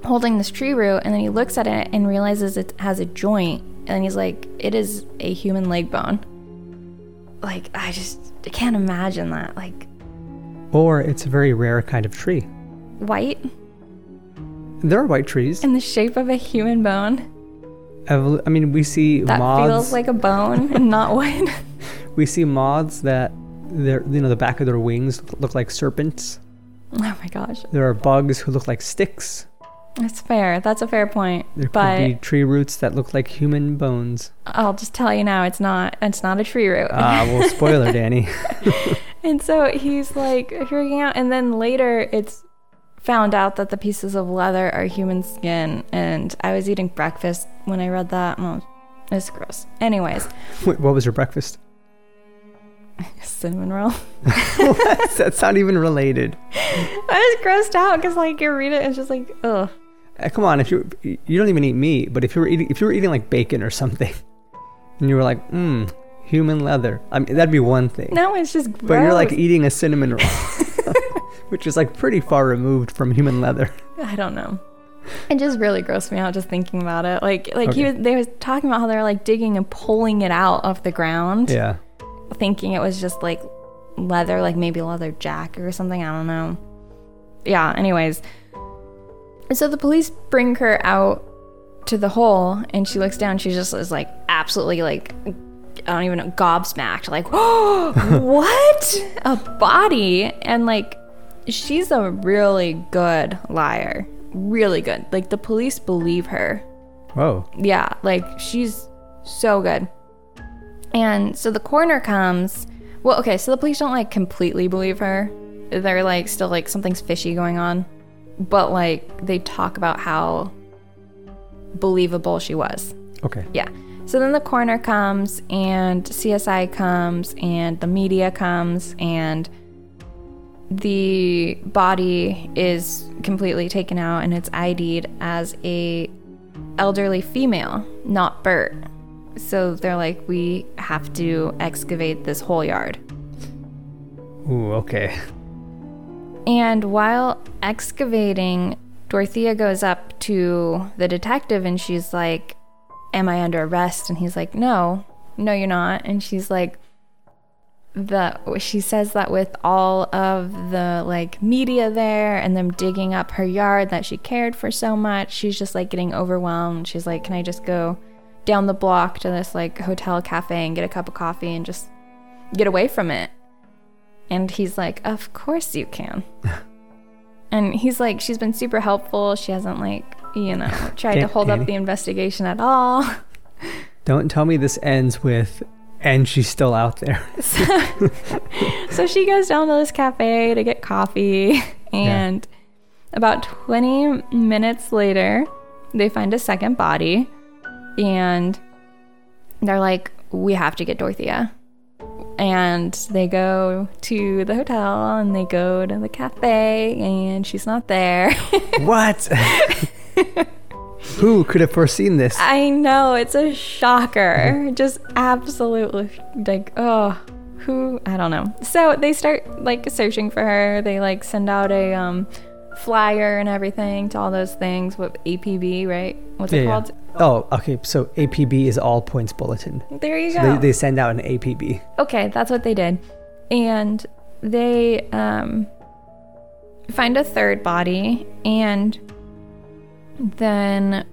Speaker 7: holding this tree root and then he looks at it and realizes it has a joint and he's like it is a human leg bone like i just I can't imagine that like
Speaker 8: or it's a very rare kind of tree.
Speaker 7: white
Speaker 8: There are white trees.
Speaker 7: in the shape of a human bone
Speaker 8: Evol- I mean, we see
Speaker 7: that
Speaker 8: moths.
Speaker 7: feels like a bone and not wood
Speaker 8: we see moths that their you know the back of their wings look like serpents.
Speaker 7: oh my gosh
Speaker 8: There are bugs who look like sticks.
Speaker 7: that's fair that's a fair point
Speaker 8: There
Speaker 7: but
Speaker 8: could be tree roots that look like human bones.
Speaker 7: i'll just tell you now it's not it's not a tree root
Speaker 8: Ah, well, spoiler, Danny.
Speaker 7: And so he's like freaking out. And then later it's found out that the pieces of leather are human skin. And I was eating breakfast when I read that. Well, it's gross. Anyways,
Speaker 8: Wait, what was your breakfast?
Speaker 7: cinnamon roll.
Speaker 8: That's not even related.
Speaker 7: I was grossed out because, like, you read it, it's just like, ugh.
Speaker 8: Uh, come on, if you you don't even eat meat, but if you were eating if you were eating like bacon or something, and you were like, hmm, human leather. I mean, that'd be one thing.
Speaker 7: No, it's just gross.
Speaker 8: But you're like eating a cinnamon roll, which is like pretty far removed from human leather.
Speaker 7: I don't know. It just really grossed me out just thinking about it. Like, like he
Speaker 8: Okay.
Speaker 7: was, they was talking about how they were like digging and pulling it out of the ground,
Speaker 8: Yeah.
Speaker 7: thinking it was just like leather, like maybe leather jacket or something. I don't know. Yeah, anyways. And so the police bring her out to the hole and she looks down. She just is like absolutely like, I don't even know, gobsmacked. Like, what? A body? And like, she's a really good liar. Really good. Like, the police believe her
Speaker 8: Whoa.
Speaker 7: yeah, like she's so good. And so the coroner comes. Well, okay, so the police don't like completely believe her. They're like still like something's fishy going on. But like they talk about how believable she was.
Speaker 8: Okay.
Speaker 7: Yeah. So then the coroner comes and CSI comes and the media comes and the body is completely taken out and it's ID'd as a elderly female, not Bert. So they're like, we have to excavate this whole yard.
Speaker 8: Ooh. Okay.
Speaker 7: And while excavating, Dorothea goes up to the detective and she's like, Am I under arrest? And he's like, No, no, you're not. And she's like, the she says that with all of the like media there and them digging up her yard that she cared for so much she's just like getting overwhelmed she's like can i just go down the block to this like hotel cafe and get a cup of coffee and just get away from it and he's like, Of course you can. and he's like, She's been super helpful. She hasn't, like, you know, tried to
Speaker 8: Dan-
Speaker 7: hold up
Speaker 8: Danny.
Speaker 7: the investigation at all.
Speaker 8: Don't tell me this ends with, and she's still out there.
Speaker 7: So she goes down to this cafe to get coffee, and about 20 minutes later, they find a second body, and they're like, We have to get Dorothea. And they go to the hotel and they go to the cafe, and she's not there.
Speaker 8: what? Who could have foreseen this?
Speaker 7: I know, it's a shocker. Just absolutely like, oh, who? I don't know. So they start like searching for her. They like send out a um, flyer and everything to all those things. What APB, right? What's
Speaker 8: Yeah,
Speaker 7: it
Speaker 8: yeah.
Speaker 7: called?
Speaker 8: Oh, okay. So APB is all points bulletin.
Speaker 7: There you go.
Speaker 8: They, they send out an APB.
Speaker 7: okay, that's what they did. And they um, find a third body, and then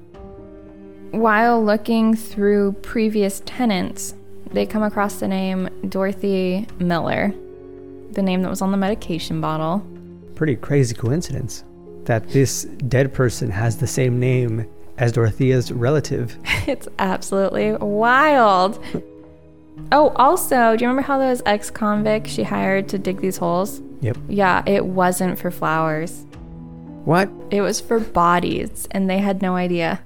Speaker 7: while looking through previous tenants, they come across the name Dorothy Miller, the name that was on the medication bottle.
Speaker 8: Pretty crazy coincidence that this dead person has the same name as Dorothea's relative.
Speaker 7: It's absolutely wild. Oh, also, do you remember how those ex convicts she hired to dig these holes?
Speaker 8: Yep.
Speaker 7: Yeah, it wasn't for flowers.
Speaker 8: What?
Speaker 7: It was for bodies, and they had no idea.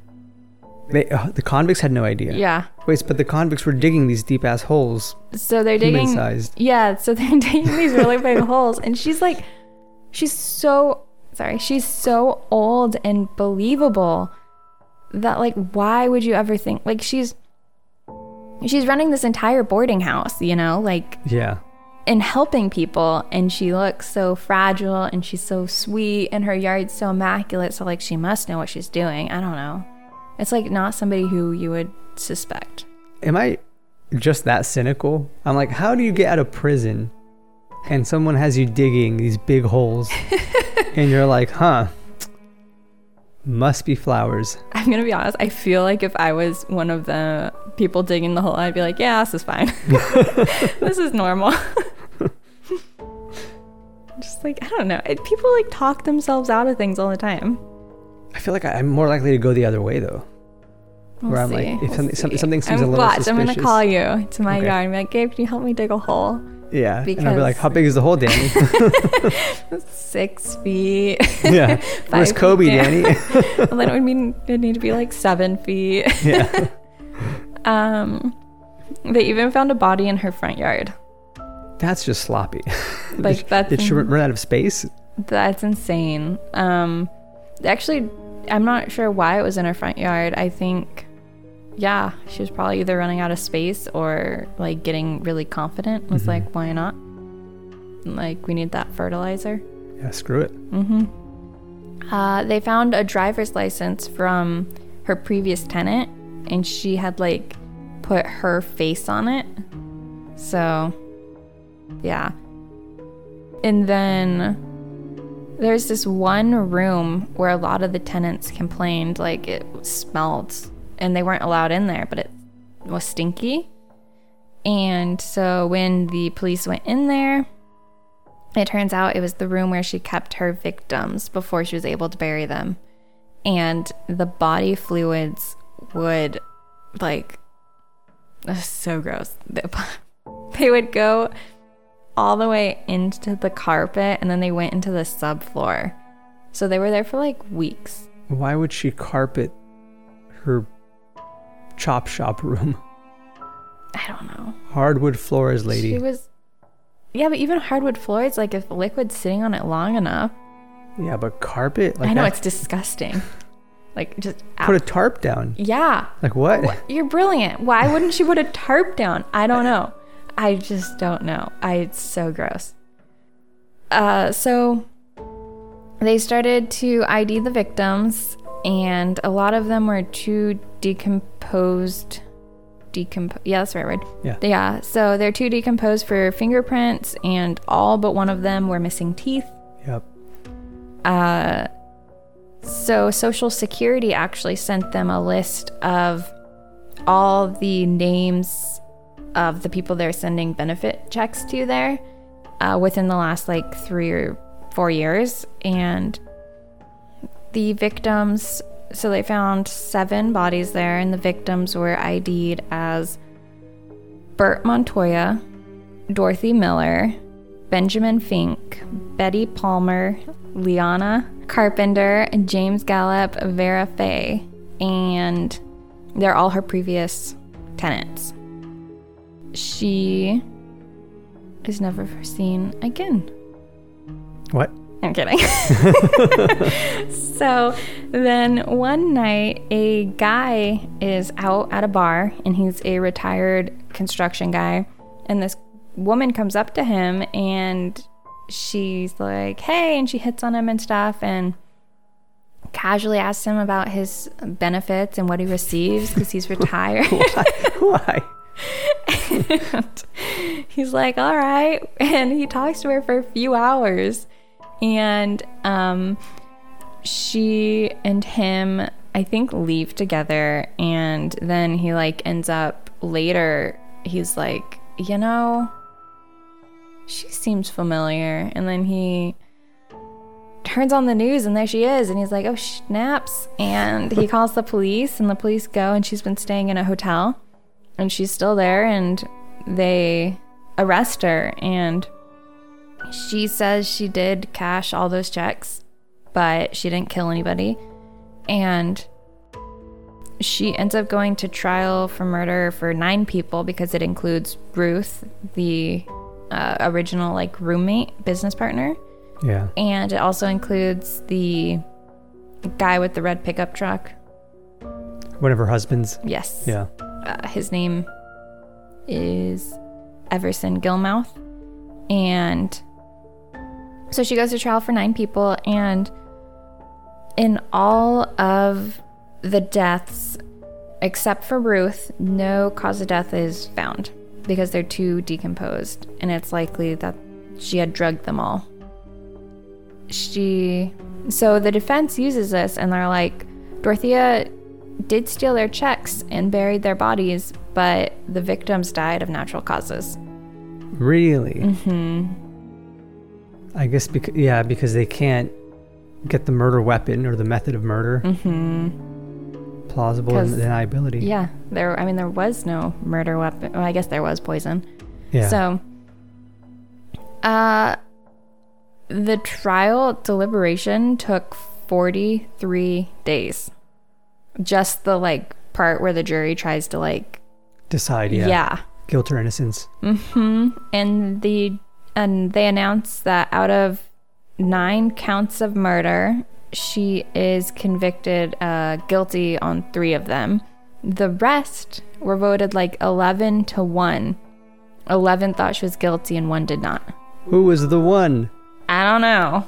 Speaker 8: They, uh, the convicts had no idea.
Speaker 7: Yeah.
Speaker 8: Wait, but the convicts were digging these deep ass holes.
Speaker 7: So they're digging.
Speaker 8: Human-sized.
Speaker 7: Yeah. So they're digging these really big holes, and she's like, she's so sorry. She's so old and believable that like, why would you ever think like she's she's running this entire boarding house, you know, like
Speaker 8: Yeah.
Speaker 7: and helping people, and she looks so fragile, and she's so sweet, and her yard's so immaculate. So like, she must know what she's doing. I don't know. It's like not somebody who you would suspect.
Speaker 8: Am I just that cynical? I'm like, how do you get out of prison and someone has you digging these big holes and you're like, huh, must be flowers.
Speaker 7: I'm gonna be honest. I feel like if I was one of the people digging the hole, I'd be like, "Yeah, this is fine. this is normal." Just like I don't know. It- People like talk themselves out of things all the time.
Speaker 8: I feel like I- I'm more likely to go the other way though.
Speaker 7: We'll
Speaker 8: Where I'm
Speaker 7: see.
Speaker 8: like, if
Speaker 7: we'll
Speaker 8: something- some-
Speaker 7: see.
Speaker 8: something seems
Speaker 7: I'm,
Speaker 8: a little
Speaker 7: watch, I'm gonna
Speaker 8: suspicious.
Speaker 7: call you to my
Speaker 8: Okay.
Speaker 7: yard and be like, "Gabe, can you help me dig a hole?
Speaker 8: Yeah. and I'll be like,
Speaker 7: Because-
Speaker 8: how big is the hole, Danny?
Speaker 7: Six feet."
Speaker 8: yeah. Where's
Speaker 7: feet
Speaker 8: Kobe,
Speaker 7: down.
Speaker 8: Danny?
Speaker 7: And then it would mean it'd need to be like seven feet.
Speaker 8: yeah.
Speaker 7: Um, they even found a body in her front yard.
Speaker 8: That's just sloppy.
Speaker 7: Like,
Speaker 8: did,
Speaker 7: that's-
Speaker 8: did she run out of space?
Speaker 7: That's insane. Um, actually, I'm not sure why it was in her front yard. I think, yeah, she was probably either running out of space or like getting really confident. Was like, why not? Like, we need that fertilizer.
Speaker 8: Yeah, screw it.
Speaker 7: Uh, they found a driver's license from her previous tenant, and she had like put her face on it. So, yeah. And then there's this one room where a lot of the tenants complained like it smelled, and they weren't allowed in there, but it was stinky. And so when the police went in there, it turns out it was the room where she kept her victims before she was able to bury them. And the body fluids would, like, ugh, so gross. The- They would go all the way into the carpet and then they went into the subfloor. So they were there for like weeks.
Speaker 8: Why would she carpet her chop shop room?
Speaker 7: I don't know.
Speaker 8: Hardwood floors,
Speaker 7: She
Speaker 8: lady.
Speaker 7: was. Yeah, but even hardwood floors, like if liquid's sitting on it long enough,
Speaker 8: yeah, but carpet?
Speaker 7: I know
Speaker 8: that-
Speaker 7: it's disgusting. like just
Speaker 8: Put a
Speaker 7: out-
Speaker 8: tarp down.
Speaker 7: yeah,
Speaker 8: Like what?
Speaker 7: You're brilliant. Why wouldn't she put a tarp down? I don't know. I just don't know. I it's so gross. Uh, so they started to ID the victims, and a lot of them were too decomposed. Decomp- yeah, that's the right word.
Speaker 8: Yeah.
Speaker 7: Yeah. So they're too decomposed for fingerprints, and all but one of them were missing teeth.
Speaker 8: Yep.
Speaker 7: Uh, so Social Security actually sent them a list of all the names of the people they're sending benefit checks to there uh, within the last like three or four years, and the victims So they found seven bodies there, and the victims were ID'd as Bert Montoya, Dorothy Miller, Benjamin Fink, Betty Palmer, Liana Carpenter, James Gallup, Vera Fay, and they're all her previous tenants. She is never seen again.
Speaker 8: What?
Speaker 7: I'm kidding. so then one night, a guy is out at a bar and he's a retired construction guy. And this woman comes up to him and she's like, hey, and she hits on him and stuff and casually asks him about his benefits and what he receives because he's retired.
Speaker 8: Why?
Speaker 7: And he's like, all right. And he talks to her for a few hours. And um, she and him, I think, leave together. And then he like ends up later, he's like, you know, she seems familiar. And then he turns on the news and there she is and he's like oh snaps and he calls the police and the police go and she's been staying in a hotel and she's still there and they arrest her and she says she did cash all those checks but she didn't kill anybody and she ends up going to trial for murder for nine people because it includes ruth the uh, original like roommate business partner
Speaker 8: Yeah.
Speaker 7: and it also includes the guy with the red pickup truck.
Speaker 8: One of her husbands.
Speaker 7: Yes.
Speaker 8: Yeah.
Speaker 7: Uh, his name is Everson Gilmouth. And so she goes to trial for nine people. And in all of the deaths, except for Ruth, no cause of death is found because they're too decomposed. And it's likely that she had drugged them all. She. So the defense uses this and they're like, Dorothea did steal their checks and buried their bodies, but the victims died of natural causes.
Speaker 8: Really? Mm-hmm. I guess because yeah, because they can't get the murder weapon or the method of murder plausible
Speaker 7: Mm-hmm. 'Cause-
Speaker 8: deniability.
Speaker 7: Yeah, there. I mean, there was no murder weapon. Well, I guess there was poison.
Speaker 8: Yeah.
Speaker 7: So, uh, the trial deliberation took 43 days. Just the like part where the jury tries to like,
Speaker 8: decide. Yeah.
Speaker 7: yeah.
Speaker 8: Guilt or innocence.
Speaker 7: Mm-hmm. and the and they announced that out of nine counts of murder, she is convicted uh, guilty on three of them. The rest were voted like eleven to one. Eleven thought she was guilty and one did not.
Speaker 8: Who was the one?
Speaker 7: I don't know.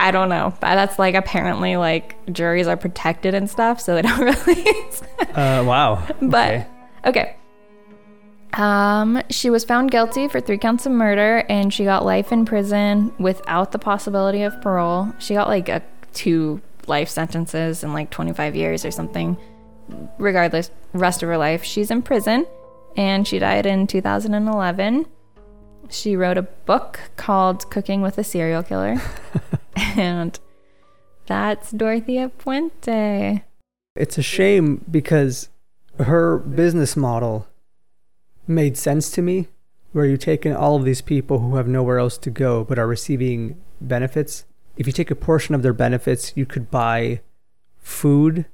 Speaker 7: I don't know. That's like apparently like juries are protected and stuff, so they don't really.
Speaker 8: Uh, wow.
Speaker 7: But
Speaker 8: Okay.
Speaker 7: okay. Um, she was found guilty for three counts of murder, and she got life in prison without the possibility of parole. She got like a two life sentences and like 25 years or something. Regardless, rest of her life, she's in prison, and she died in 2011. She wrote a book called "Cooking with a Serial Killer," and that's Dorothea Puente.
Speaker 8: It's a shame because her business model made sense to me, where you take in all of these people who have nowhere else to go but are receiving benefits. If you take a portion of their benefits, you could buy food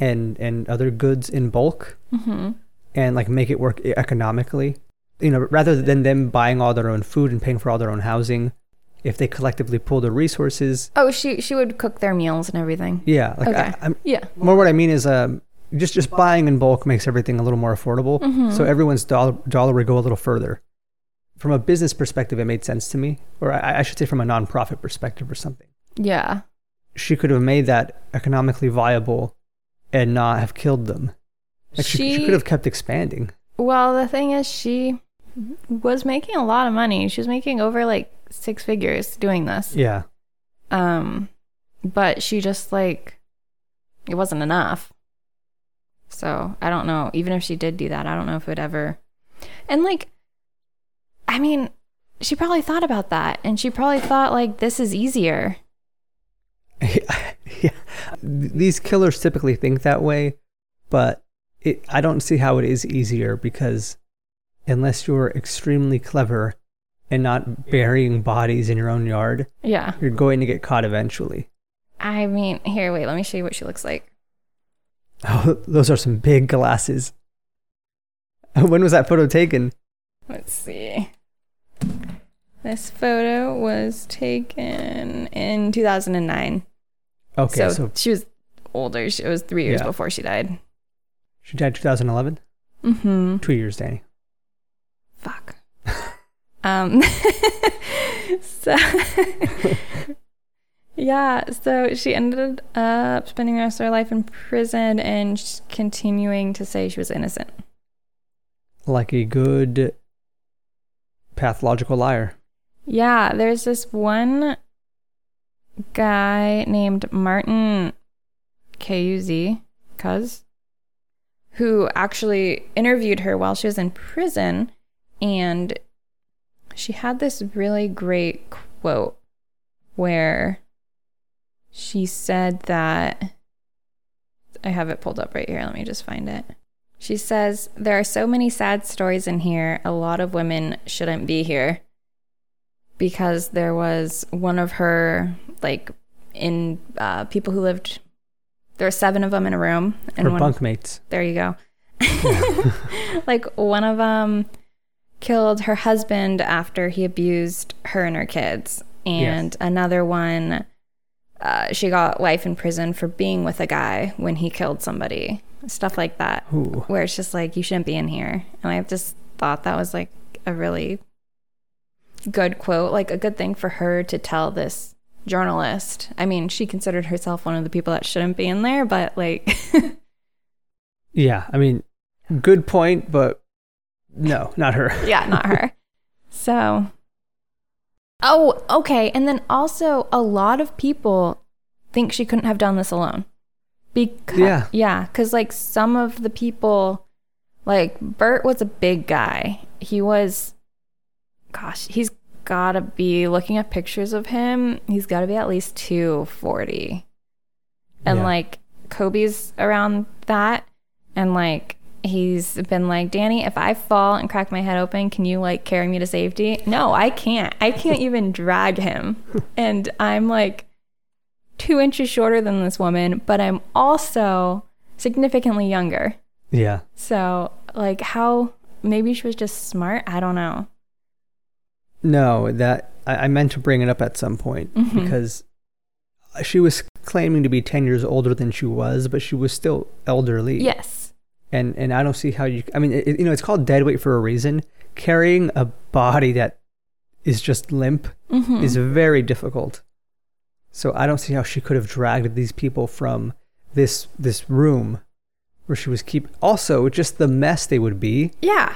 Speaker 8: and and other goods in bulk and like make it work e- economically. You know, rather than them buying all their own food and paying for all their own housing, if they collectively pull their resources,
Speaker 7: Oh, she she would cook their meals and everything.
Speaker 8: yeah, like
Speaker 7: Okay.
Speaker 8: I, I'm,
Speaker 7: yeah.
Speaker 8: more what I mean is um, just just buying in bulk makes everything a little more affordable. So everyone's dollar dollar would go a little further. From a business perspective, it made sense to me, or I, I should say, from a nonprofit perspective or something.
Speaker 7: Yeah.
Speaker 8: She could have made that economically viable and not have killed them. Like she, she
Speaker 7: She-
Speaker 8: could have kept expanding.
Speaker 7: Well, the thing is she was making a lot of money. She was making over like six figures doing this.
Speaker 8: Yeah,
Speaker 7: Um but she just like it wasn't enough. So, I don't know. Even if she did do that, I don't know if it would ever And like I mean, she probably thought about that and she probably thought like this is easier.
Speaker 8: yeah. th- these killers typically think that way, but it, I don't see how it is easier because unless you're extremely clever and not burying bodies in your own yard,
Speaker 7: Yeah.
Speaker 8: you're going to get caught eventually.
Speaker 7: I mean, here, wait, let me show you what she looks like.
Speaker 8: Oh, those are some big glasses. When was that photo taken?
Speaker 7: Let's see. This photo was taken in 2009.
Speaker 8: Okay,
Speaker 7: so,
Speaker 8: so,
Speaker 7: she was older. She, it was three years
Speaker 8: Yeah.
Speaker 7: before she died.
Speaker 8: she died 2011.
Speaker 7: Mm hmm.
Speaker 8: Two years, Danny.
Speaker 7: Fuck. um, so, yeah, so she ended up spending the rest of her life in prison and she's continuing to say she was innocent.
Speaker 8: Like a good pathological liar.
Speaker 7: Yeah, there's this one guy named Martin K-U-Z, Cuz, who actually interviewed her while she was in prison, and she had this really great quote where she said that I have it pulled up right here. Let me just find it. She says, There are so many sad stories in here. A lot of women shouldn't be here because there was one of her like in uh, people who lived there were seven of them in a room and
Speaker 8: Her
Speaker 7: one
Speaker 8: bunkmates.
Speaker 7: there you go like one of them killed her husband after he abused her and her kids and
Speaker 8: Yes.
Speaker 7: another one uh, she got life in prison for being with a guy when he killed somebody stuff like that
Speaker 8: Ooh.
Speaker 7: where it's just like you shouldn't be in here and i just thought that was like a really good quote like a good thing for her to tell this journalist i mean she considered herself one of the people that shouldn't be in there but like
Speaker 8: Yeah, I mean, good point, but no, not her.
Speaker 7: yeah, not her. So, oh, okay. And then also, a lot of people think she couldn't have done this alone. Because,
Speaker 8: Yeah.
Speaker 7: because like some of the people, like Bert was a big guy. He was, gosh, he's got to be looking at pictures of him. He's got to be at least 240 and
Speaker 8: Yeah.
Speaker 7: like Kobe's around that, and like he's been like, Danny, if I fall and crack my head open, can you like carry me to safety? No, I can't. I can't even drag him, and I'm like two inches shorter than this woman, but I'm also significantly younger.
Speaker 8: yeah,
Speaker 7: So like, how? Maybe she was just smart. I don't know.
Speaker 8: no, that I, I meant to bring it up at some point
Speaker 7: Mm-hmm.
Speaker 8: because she was claiming to be ten years older than she was, but she was still elderly.
Speaker 7: Yes.
Speaker 8: and and I don't see how you. I mean, it, you know, it's called dead weight for a reason. Carrying a body that is just limp
Speaker 7: Hmm. Mm-hmm.
Speaker 8: is very difficult. So I don't see how she could have dragged these people from this this room where she was keep. Also, just the mess they would be.
Speaker 7: Yeah.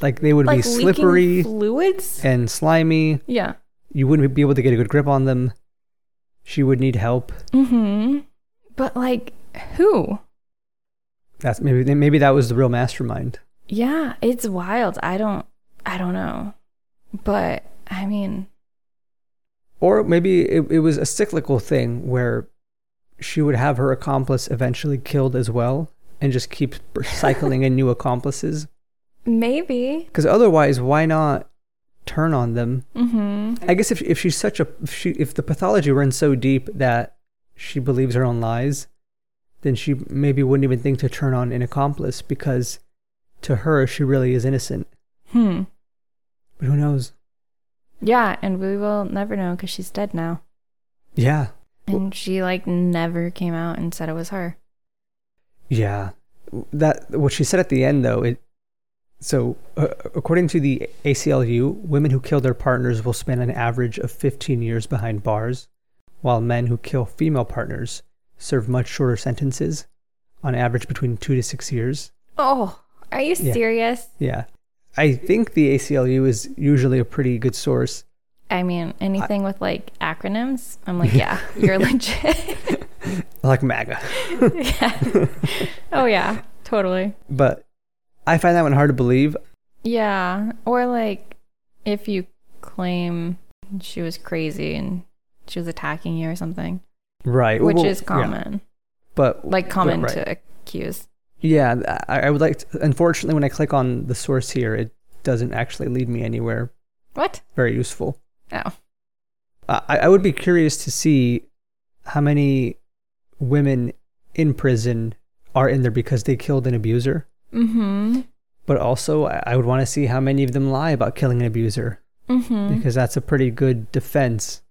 Speaker 8: Like they would be
Speaker 7: Like leaking
Speaker 8: slippery
Speaker 7: fluids.
Speaker 8: and slimy.
Speaker 7: Yeah.
Speaker 8: You wouldn't be able to get a good grip on them. She would need help.
Speaker 7: Mm-hmm. But like, who?
Speaker 8: That's maybe maybe that was the real mastermind.
Speaker 7: Yeah, it's wild. I don't I don't know. But I mean,
Speaker 8: or maybe it, it was a cyclical thing where she would have her accomplice eventually killed as well and just keep cycling in new accomplices
Speaker 7: maybe.
Speaker 8: because otherwise why not turn on them
Speaker 7: Mhm.
Speaker 8: i guess if, if she's such a if she if the pathology runs so deep that she believes her own lies then she maybe wouldn't even think to turn on an accomplice because to her she really is innocent
Speaker 7: Hmm.
Speaker 8: but who knows
Speaker 7: Yeah, and we will never know cuz she's dead now.
Speaker 8: yeah
Speaker 7: And she like never came out and said it was her.
Speaker 8: Yeah, that what she said at the end though. It so uh, according to the ACLU, women who kill their partners will spend an average of 15 years behind bars, while men who kill female partners serve much shorter sentences, on average between two to six years.
Speaker 7: Oh, are you
Speaker 8: Yeah.
Speaker 7: serious?
Speaker 8: Yeah, I think the ACLU is usually a pretty good source.
Speaker 7: I mean, anything with like acronyms, I'm like, yeah, you're legit.
Speaker 8: I like MAGA,
Speaker 7: yeah. Oh yeah, totally.
Speaker 8: but I find that one hard to believe.
Speaker 7: Yeah, or like if you claim she was crazy and she was attacking you or something,
Speaker 8: Right,
Speaker 7: which
Speaker 8: well,
Speaker 7: is
Speaker 8: yeah.
Speaker 7: common.
Speaker 8: But
Speaker 7: like common
Speaker 8: right.
Speaker 7: to accuse.
Speaker 8: yeah, th- I, I would like. To, unfortunately, when I click on the source here, it doesn't actually lead me anywhere
Speaker 7: What?
Speaker 8: very useful.
Speaker 7: Oh,
Speaker 8: I, I would be curious to see how many women in prison are in there because they killed an abuser.
Speaker 7: mm-hmm,
Speaker 8: But also, I, I would want to see how many of them lie about killing an abuser
Speaker 7: mm-hmm.
Speaker 8: because that's a pretty good defense,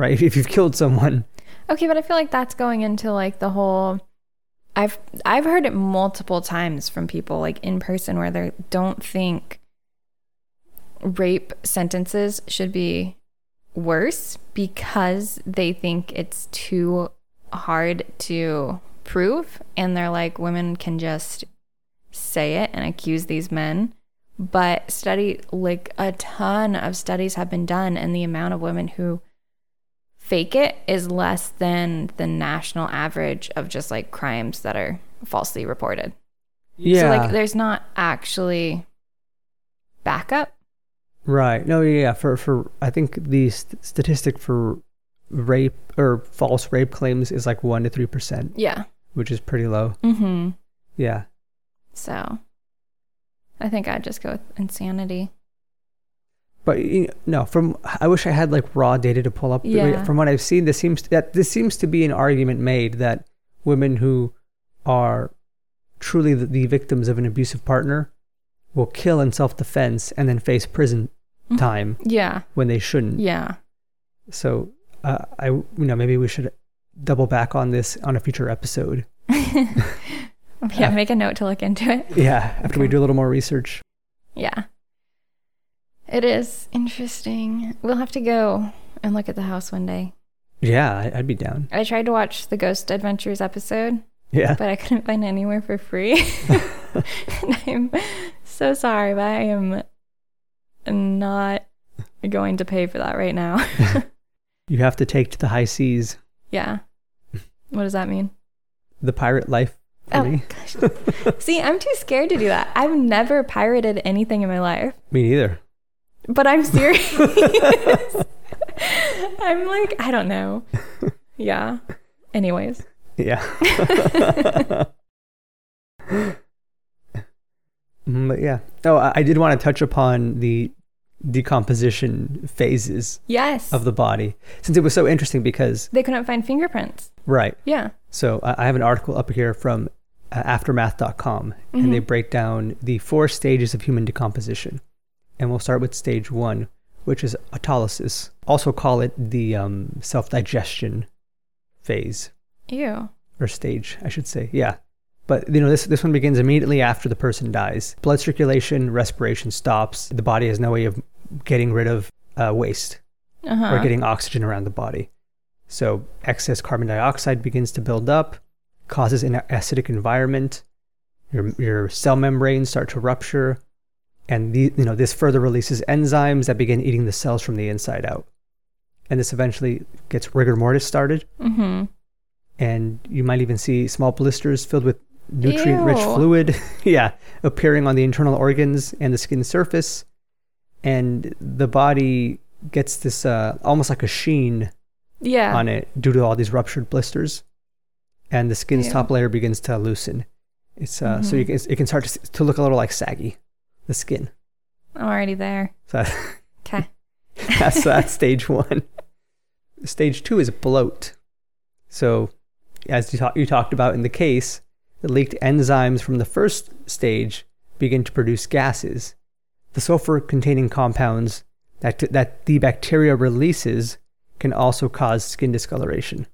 Speaker 8: right? If you've killed someone,
Speaker 7: Okay, but I feel like that's going into like the whole I've I've heard it multiple times from people like in person where they don't think rape sentences should be worse because they think it's too hard to prove and they're like women can just say it and accuse these men but study like a ton of studies have been done and the amount of women who fake it is less than the national average of just like crimes that are falsely reported. So like there's not actually backup.
Speaker 8: Right. No, yeah, yeah. For for I think the st- statistic for rape or false rape claims is like 1 to 3%,
Speaker 7: Yeah.
Speaker 8: which is pretty low.
Speaker 7: Mm-hmm.
Speaker 8: Yeah.
Speaker 7: So I think I'd just go with insanity.
Speaker 8: But you know, no, from I wish I had like raw data to pull up. But
Speaker 7: Yeah.
Speaker 8: From what I've seen, this seems that this seems to be an argument made that women who are truly the, the victims of an abusive partner will kill in self-defense and then face prison time
Speaker 7: Yeah.
Speaker 8: when they shouldn't.
Speaker 7: Yeah.
Speaker 8: So uh, I, you know, maybe we should double back on this on a future episode.
Speaker 7: Yeah. Make a note to look into it.
Speaker 8: Yeah, after we
Speaker 7: Okay.
Speaker 8: do a little more research.
Speaker 7: Yeah. It is interesting. We'll have to go and look at the house one day.
Speaker 8: Yeah, I- I'd be down.
Speaker 7: I tried to watch the Ghost Adventures episode.
Speaker 8: Yeah.
Speaker 7: but I couldn't find anywhere for free. and I'm so sorry, but I am not going to pay for that right now.
Speaker 8: You have to take to the high seas,
Speaker 7: yeah. What does that mean?
Speaker 8: the pirate life for
Speaker 7: Oh,
Speaker 8: me.
Speaker 7: See, I'm too scared to do that. I've never pirated anything in my life,
Speaker 8: Me neither.
Speaker 7: but I'm serious. I'm like, I don't know. Yeah. Anyways,
Speaker 8: Yeah. Mm, but yeah. Oh, I I did want to touch upon the decomposition phases
Speaker 7: yes.
Speaker 8: of the body since it was so interesting because,
Speaker 7: they couldn't find fingerprints.
Speaker 8: right.
Speaker 7: Yeah.
Speaker 8: So I I have an article up here from uh, aftermath.com, and they break down the four stages of human decomposition. And we'll start with stage one, which is autolysis. Also call it the um, self digestion phase
Speaker 7: Ew.
Speaker 8: or stage, I should say. Yeah. But you know this this one begins immediately after the person dies. Blood circulation, respiration stops. The body has no way of getting rid of uh, waste
Speaker 7: Uh-huh.
Speaker 8: or getting oxygen around the body. So excess carbon dioxide begins to build up, causes an acidic environment. Your your cell membranes start to rupture, and the, you know this further releases enzymes that begin eating the cells from the inside out. And this eventually gets rigor mortis started,
Speaker 7: mm-hmm.
Speaker 8: and you might even see small blisters filled with nutrient-rich
Speaker 7: Ew.
Speaker 8: fluid, yeah, appearing on the internal organs and the skin surface, and the body gets this uh, almost like a sheen
Speaker 7: Yeah.
Speaker 8: on it due to all these ruptured blisters, and the skin's
Speaker 7: Ew. Mm-hmm.
Speaker 8: top layer begins to loosen. It's uh, so you can, it can start to, s- to look a little like saggy, the skin.
Speaker 7: I'm already there.
Speaker 8: So
Speaker 7: Okay.
Speaker 8: that's that's stage one. Stage two is bloat. So, as you, ta- you talked about in the case, the leaked enzymes from the first stage begin to produce gases. The sulfur-containing compounds that that the bacteria releases can also cause skin discoloration.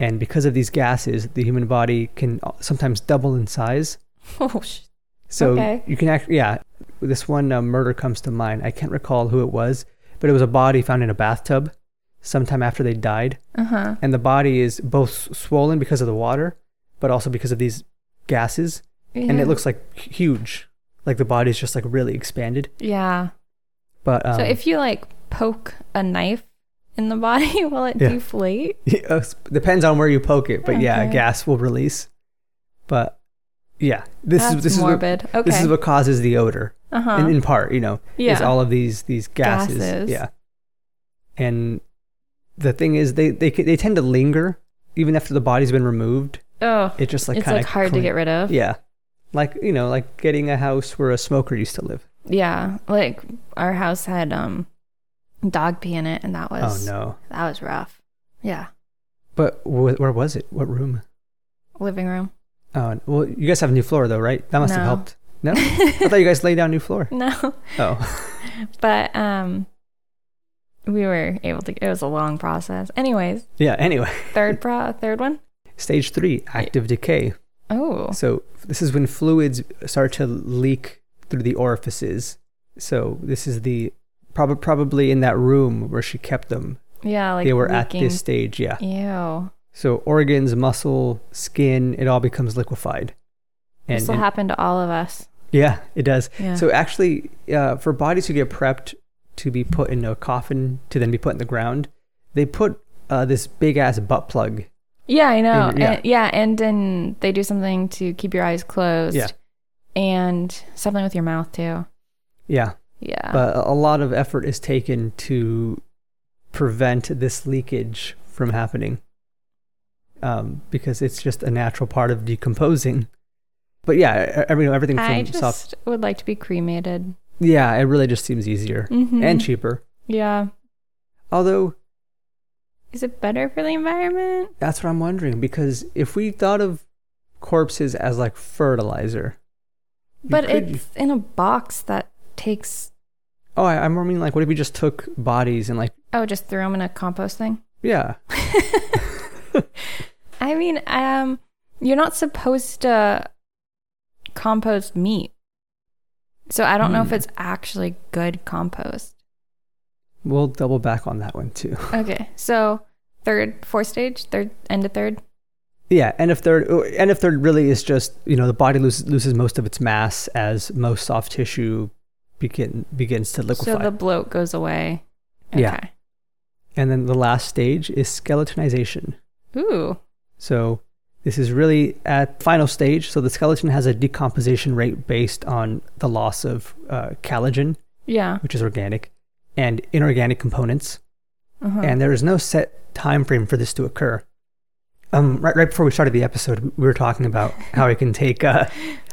Speaker 8: And because of these gases, the human body can sometimes double in size,
Speaker 7: Oh, sh-
Speaker 8: so
Speaker 7: Okay.
Speaker 8: you can act, yeah. This one uh, murder comes to mind. I can't recall who it was, but it was a body found in a bathtub sometime after they died,
Speaker 7: uh huh.
Speaker 8: and the body is both swollen because of the water, but also because of these gases, and
Speaker 7: Yeah.
Speaker 8: it looks like huge, like the body's just like really expanded.
Speaker 7: Yeah.
Speaker 8: But um,
Speaker 7: so if you like poke a knife in the body, will it
Speaker 8: Yeah.
Speaker 7: deflate?
Speaker 8: Yeah, depends on where you poke it, but yeah,
Speaker 7: Okay.
Speaker 8: gas will release. But yeah, this
Speaker 7: That's
Speaker 8: is this
Speaker 7: morbid.
Speaker 8: is what, this
Speaker 7: Okay.
Speaker 8: is what causes the odor.
Speaker 7: Uh huh.
Speaker 8: in, in part, you know, is
Speaker 7: Yeah.
Speaker 8: all of these these gases.
Speaker 7: Gases.
Speaker 8: Yeah. And the thing is, they they ca- they tend to linger even after the body's been removed.
Speaker 7: Oh,
Speaker 8: It just like
Speaker 7: it's
Speaker 8: kind
Speaker 7: like
Speaker 8: of
Speaker 7: hard to get rid of.
Speaker 8: Yeah, like you know, like getting a house where a smoker used to live.
Speaker 7: Yeah, like our house had um dog pee in it, and that was
Speaker 8: oh no!
Speaker 7: that was rough. Yeah,
Speaker 8: But wh- where was it? What room?
Speaker 7: living room.
Speaker 8: Oh well, you guys have a new floor though, right? That must
Speaker 7: No.
Speaker 8: have helped. No, I thought you guys laid down new floor.
Speaker 7: No,
Speaker 8: Oh,
Speaker 7: but um, we were able to. It was a long process. Anyways,
Speaker 8: yeah. Anyway,
Speaker 7: third pro, third one.
Speaker 8: stage three, active decay.
Speaker 7: Oh,
Speaker 8: So this is when fluids start to leak through the orifices. So this is the prob- probably in that room where she kept them.
Speaker 7: yeah, like
Speaker 8: they were at
Speaker 7: leaking.
Speaker 8: this stage, yeah.
Speaker 7: Ew,
Speaker 8: So organs, muscle, skin, it all becomes liquefied. And,
Speaker 7: this will
Speaker 8: and-
Speaker 7: happen to all of us.
Speaker 8: yeah, it does.
Speaker 7: Yeah.
Speaker 8: So actually, uh, for bodies who get prepped to be put in a coffin to then be put in the ground, they put uh, this big ass butt plug.
Speaker 7: Yeah, I know.
Speaker 8: Yeah.
Speaker 7: And, yeah, and then they do something to keep your eyes closed.
Speaker 8: Yeah.
Speaker 7: and something with your mouth too.
Speaker 8: Yeah,
Speaker 7: Yeah.
Speaker 8: but a lot of effort is taken to prevent this leakage from happening um, because it's just a natural part of decomposing. But yeah, e- every, everything from
Speaker 7: I just
Speaker 8: soft.
Speaker 7: would like to be cremated.
Speaker 8: Yeah, it really just seems easier
Speaker 7: Mhm.
Speaker 8: and cheaper.
Speaker 7: Yeah.
Speaker 8: Although
Speaker 7: Is it better for the environment?
Speaker 8: that's what I'm wondering because if we thought of corpses as like fertilizer, you
Speaker 7: but
Speaker 8: could-
Speaker 7: it's in a box that takes.
Speaker 8: oh, I, I mean, like, what if we just took bodies and like,
Speaker 7: Oh, just throw them in a compost thing.
Speaker 8: yeah,
Speaker 7: I mean, um, you're not supposed to compost meat, so I don't know if
Speaker 8: Hmm.
Speaker 7: it's actually good compost.
Speaker 8: we'll double back on that one too.
Speaker 7: Okay, so third, fourth stage, third, end of third.
Speaker 8: Yeah, end of third. oh, End of third really is just you know the body loses loses most of its mass as most soft tissue begin begins to liquefy,
Speaker 7: So the bloat goes away. Okay.
Speaker 8: Yeah. and then the last stage is skeletonization.
Speaker 7: Ooh.
Speaker 8: So this is really at final stage. So the skeleton has a decomposition rate based on the loss of uh, collagen,
Speaker 7: Yeah.
Speaker 8: which is organic, and inorganic components.
Speaker 7: Uh-huh.
Speaker 8: and there is no set time frame for this to occur. Um, right, right before we started the episode, we were talking about how it can take, uh,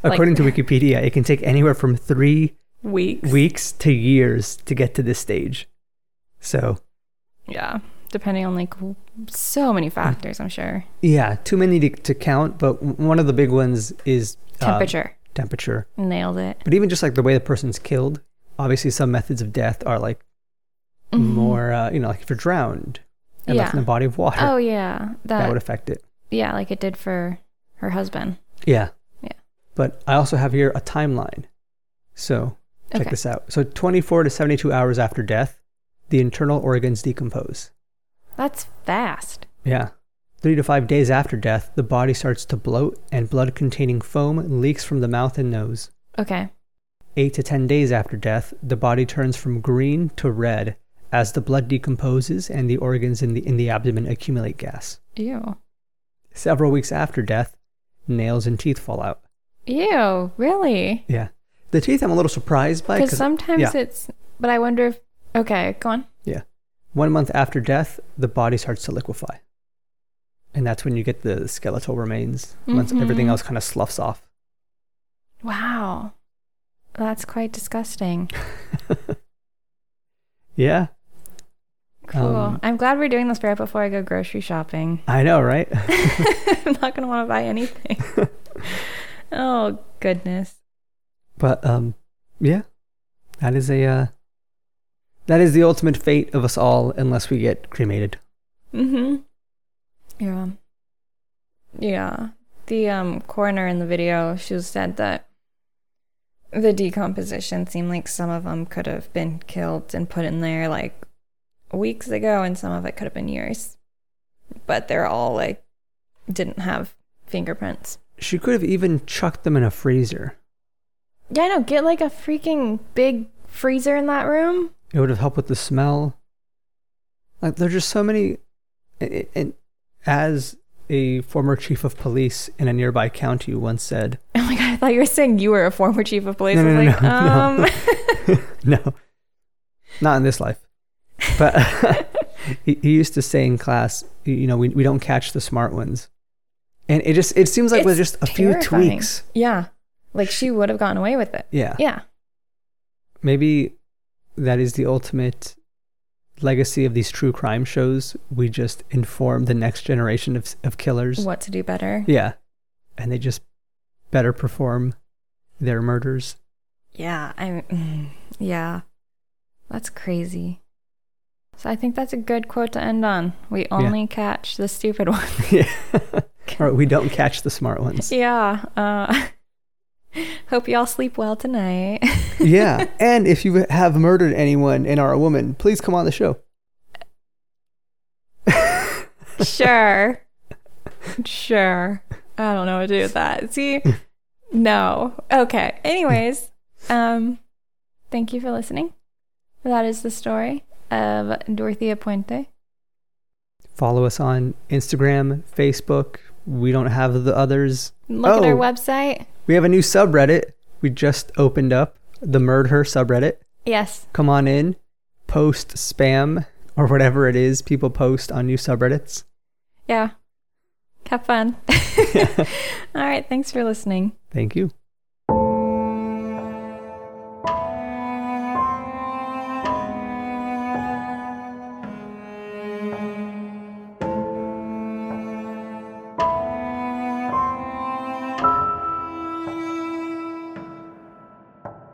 Speaker 8: according to Wikipedia, it can take anywhere from three
Speaker 7: weeks.
Speaker 8: weeks to years to get to this stage. So,
Speaker 7: Yeah, depending on like w- so many factors, I'm sure.
Speaker 8: yeah, too many to, to count, but w- one of the big ones is um,
Speaker 7: Temperature.
Speaker 8: temperature.
Speaker 7: Nailed it.
Speaker 8: But even just like the way the person's killed, obviously, some methods of death are like
Speaker 7: Mm-hmm.
Speaker 8: more, uh, you know, like if you're drowned and left
Speaker 7: Yeah.
Speaker 8: in a body of water,
Speaker 7: Oh yeah,
Speaker 8: that,
Speaker 7: that,
Speaker 8: would affect it.
Speaker 7: yeah, like it did for her husband.
Speaker 8: Yeah.
Speaker 7: Yeah.
Speaker 8: But I also have here a timeline. So check
Speaker 7: Okay.
Speaker 8: this out. So 24 to 72 hours after death, the internal organs decompose.
Speaker 7: That's fast.
Speaker 8: Yeah. Three to five days after death, the body starts to bloat and blood containing foam leaks from the mouth and nose.
Speaker 7: Okay.
Speaker 8: Eight to 10 days after death, the body turns from green to red as the blood decomposes and the organs in the, in the abdomen accumulate gas.
Speaker 7: Ew.
Speaker 8: Several weeks after death, nails and teeth fall out.
Speaker 7: Ew. Really?
Speaker 8: Yeah. The teeth I'm a little surprised by
Speaker 7: Because sometimes
Speaker 8: yeah.
Speaker 7: it's. But I wonder if. Okay, go on.
Speaker 8: Yeah. One month after death, the body starts to liquefy. And that's when you get the skeletal remains, once everything
Speaker 7: Mhm.
Speaker 8: else kind of sloughs off.
Speaker 7: Wow. That's quite disgusting.
Speaker 8: Yeah,
Speaker 7: Cool.
Speaker 8: Um,
Speaker 7: I'm glad we're doing this right before I go grocery shopping.
Speaker 8: I know, right?
Speaker 7: I'm not going to want to buy anything. oh, goodness.
Speaker 8: but um, yeah, that is a uh, that is the ultimate fate of us all, unless we get cremated.
Speaker 7: Mm-hmm. Yeah. Yeah. The um coroner in the video, she said that the decomposition seemed like some of them could have been killed and put in there like weeks ago, and some of it could have been years. But they're all like didn't have fingerprints.
Speaker 8: She could have even chucked them in a freezer.
Speaker 7: Yeah, I know. Get like a freaking big freezer in that room.
Speaker 8: It would have helped with the smell. Like there's just so many. And, and as a former chief of police in a nearby county once said,
Speaker 7: Oh my god, I thought you were saying you were a former chief of police.
Speaker 8: No,
Speaker 7: I was
Speaker 8: no, no,
Speaker 7: like, um,
Speaker 8: no, no, not in this life. But he, he used to say in class, y- you know, we, we don't catch the smart ones. And it just it seems like with
Speaker 7: It's
Speaker 8: just a few
Speaker 7: terrifying.
Speaker 8: tweaks,
Speaker 7: Yeah. Like she would have gotten away with it.
Speaker 8: Yeah.
Speaker 7: Yeah.
Speaker 8: maybe that is the ultimate legacy of these true crime shows. We just inform the next generation of of killers.
Speaker 7: What to do better.
Speaker 8: Yeah. And they just better perform their murders.
Speaker 7: Yeah, I mm, yeah. That's crazy. So I think that's a good quote to end on. We only catch the stupid ones.
Speaker 8: yeah. or we don't catch the smart ones.
Speaker 7: yeah. Uh Hope y'all sleep well tonight.
Speaker 8: yeah. And if you have murdered anyone and are a woman, please come on the show.
Speaker 7: sure. Sure. I don't know what to do with that. See? No. Okay. Anyways, um thank you for listening. That is the story of Dorothea Puente.
Speaker 8: Follow us on Instagram, Facebook. We don't have the others.
Speaker 7: Look at
Speaker 8: Oh.
Speaker 7: our website.
Speaker 8: We have a new subreddit. We just opened up the murder subreddit.
Speaker 7: Yes.
Speaker 8: Come on in, post spam or whatever it is people post on new subreddits.
Speaker 7: Yeah. Have fun. All right. Thanks for listening.
Speaker 8: Thank you.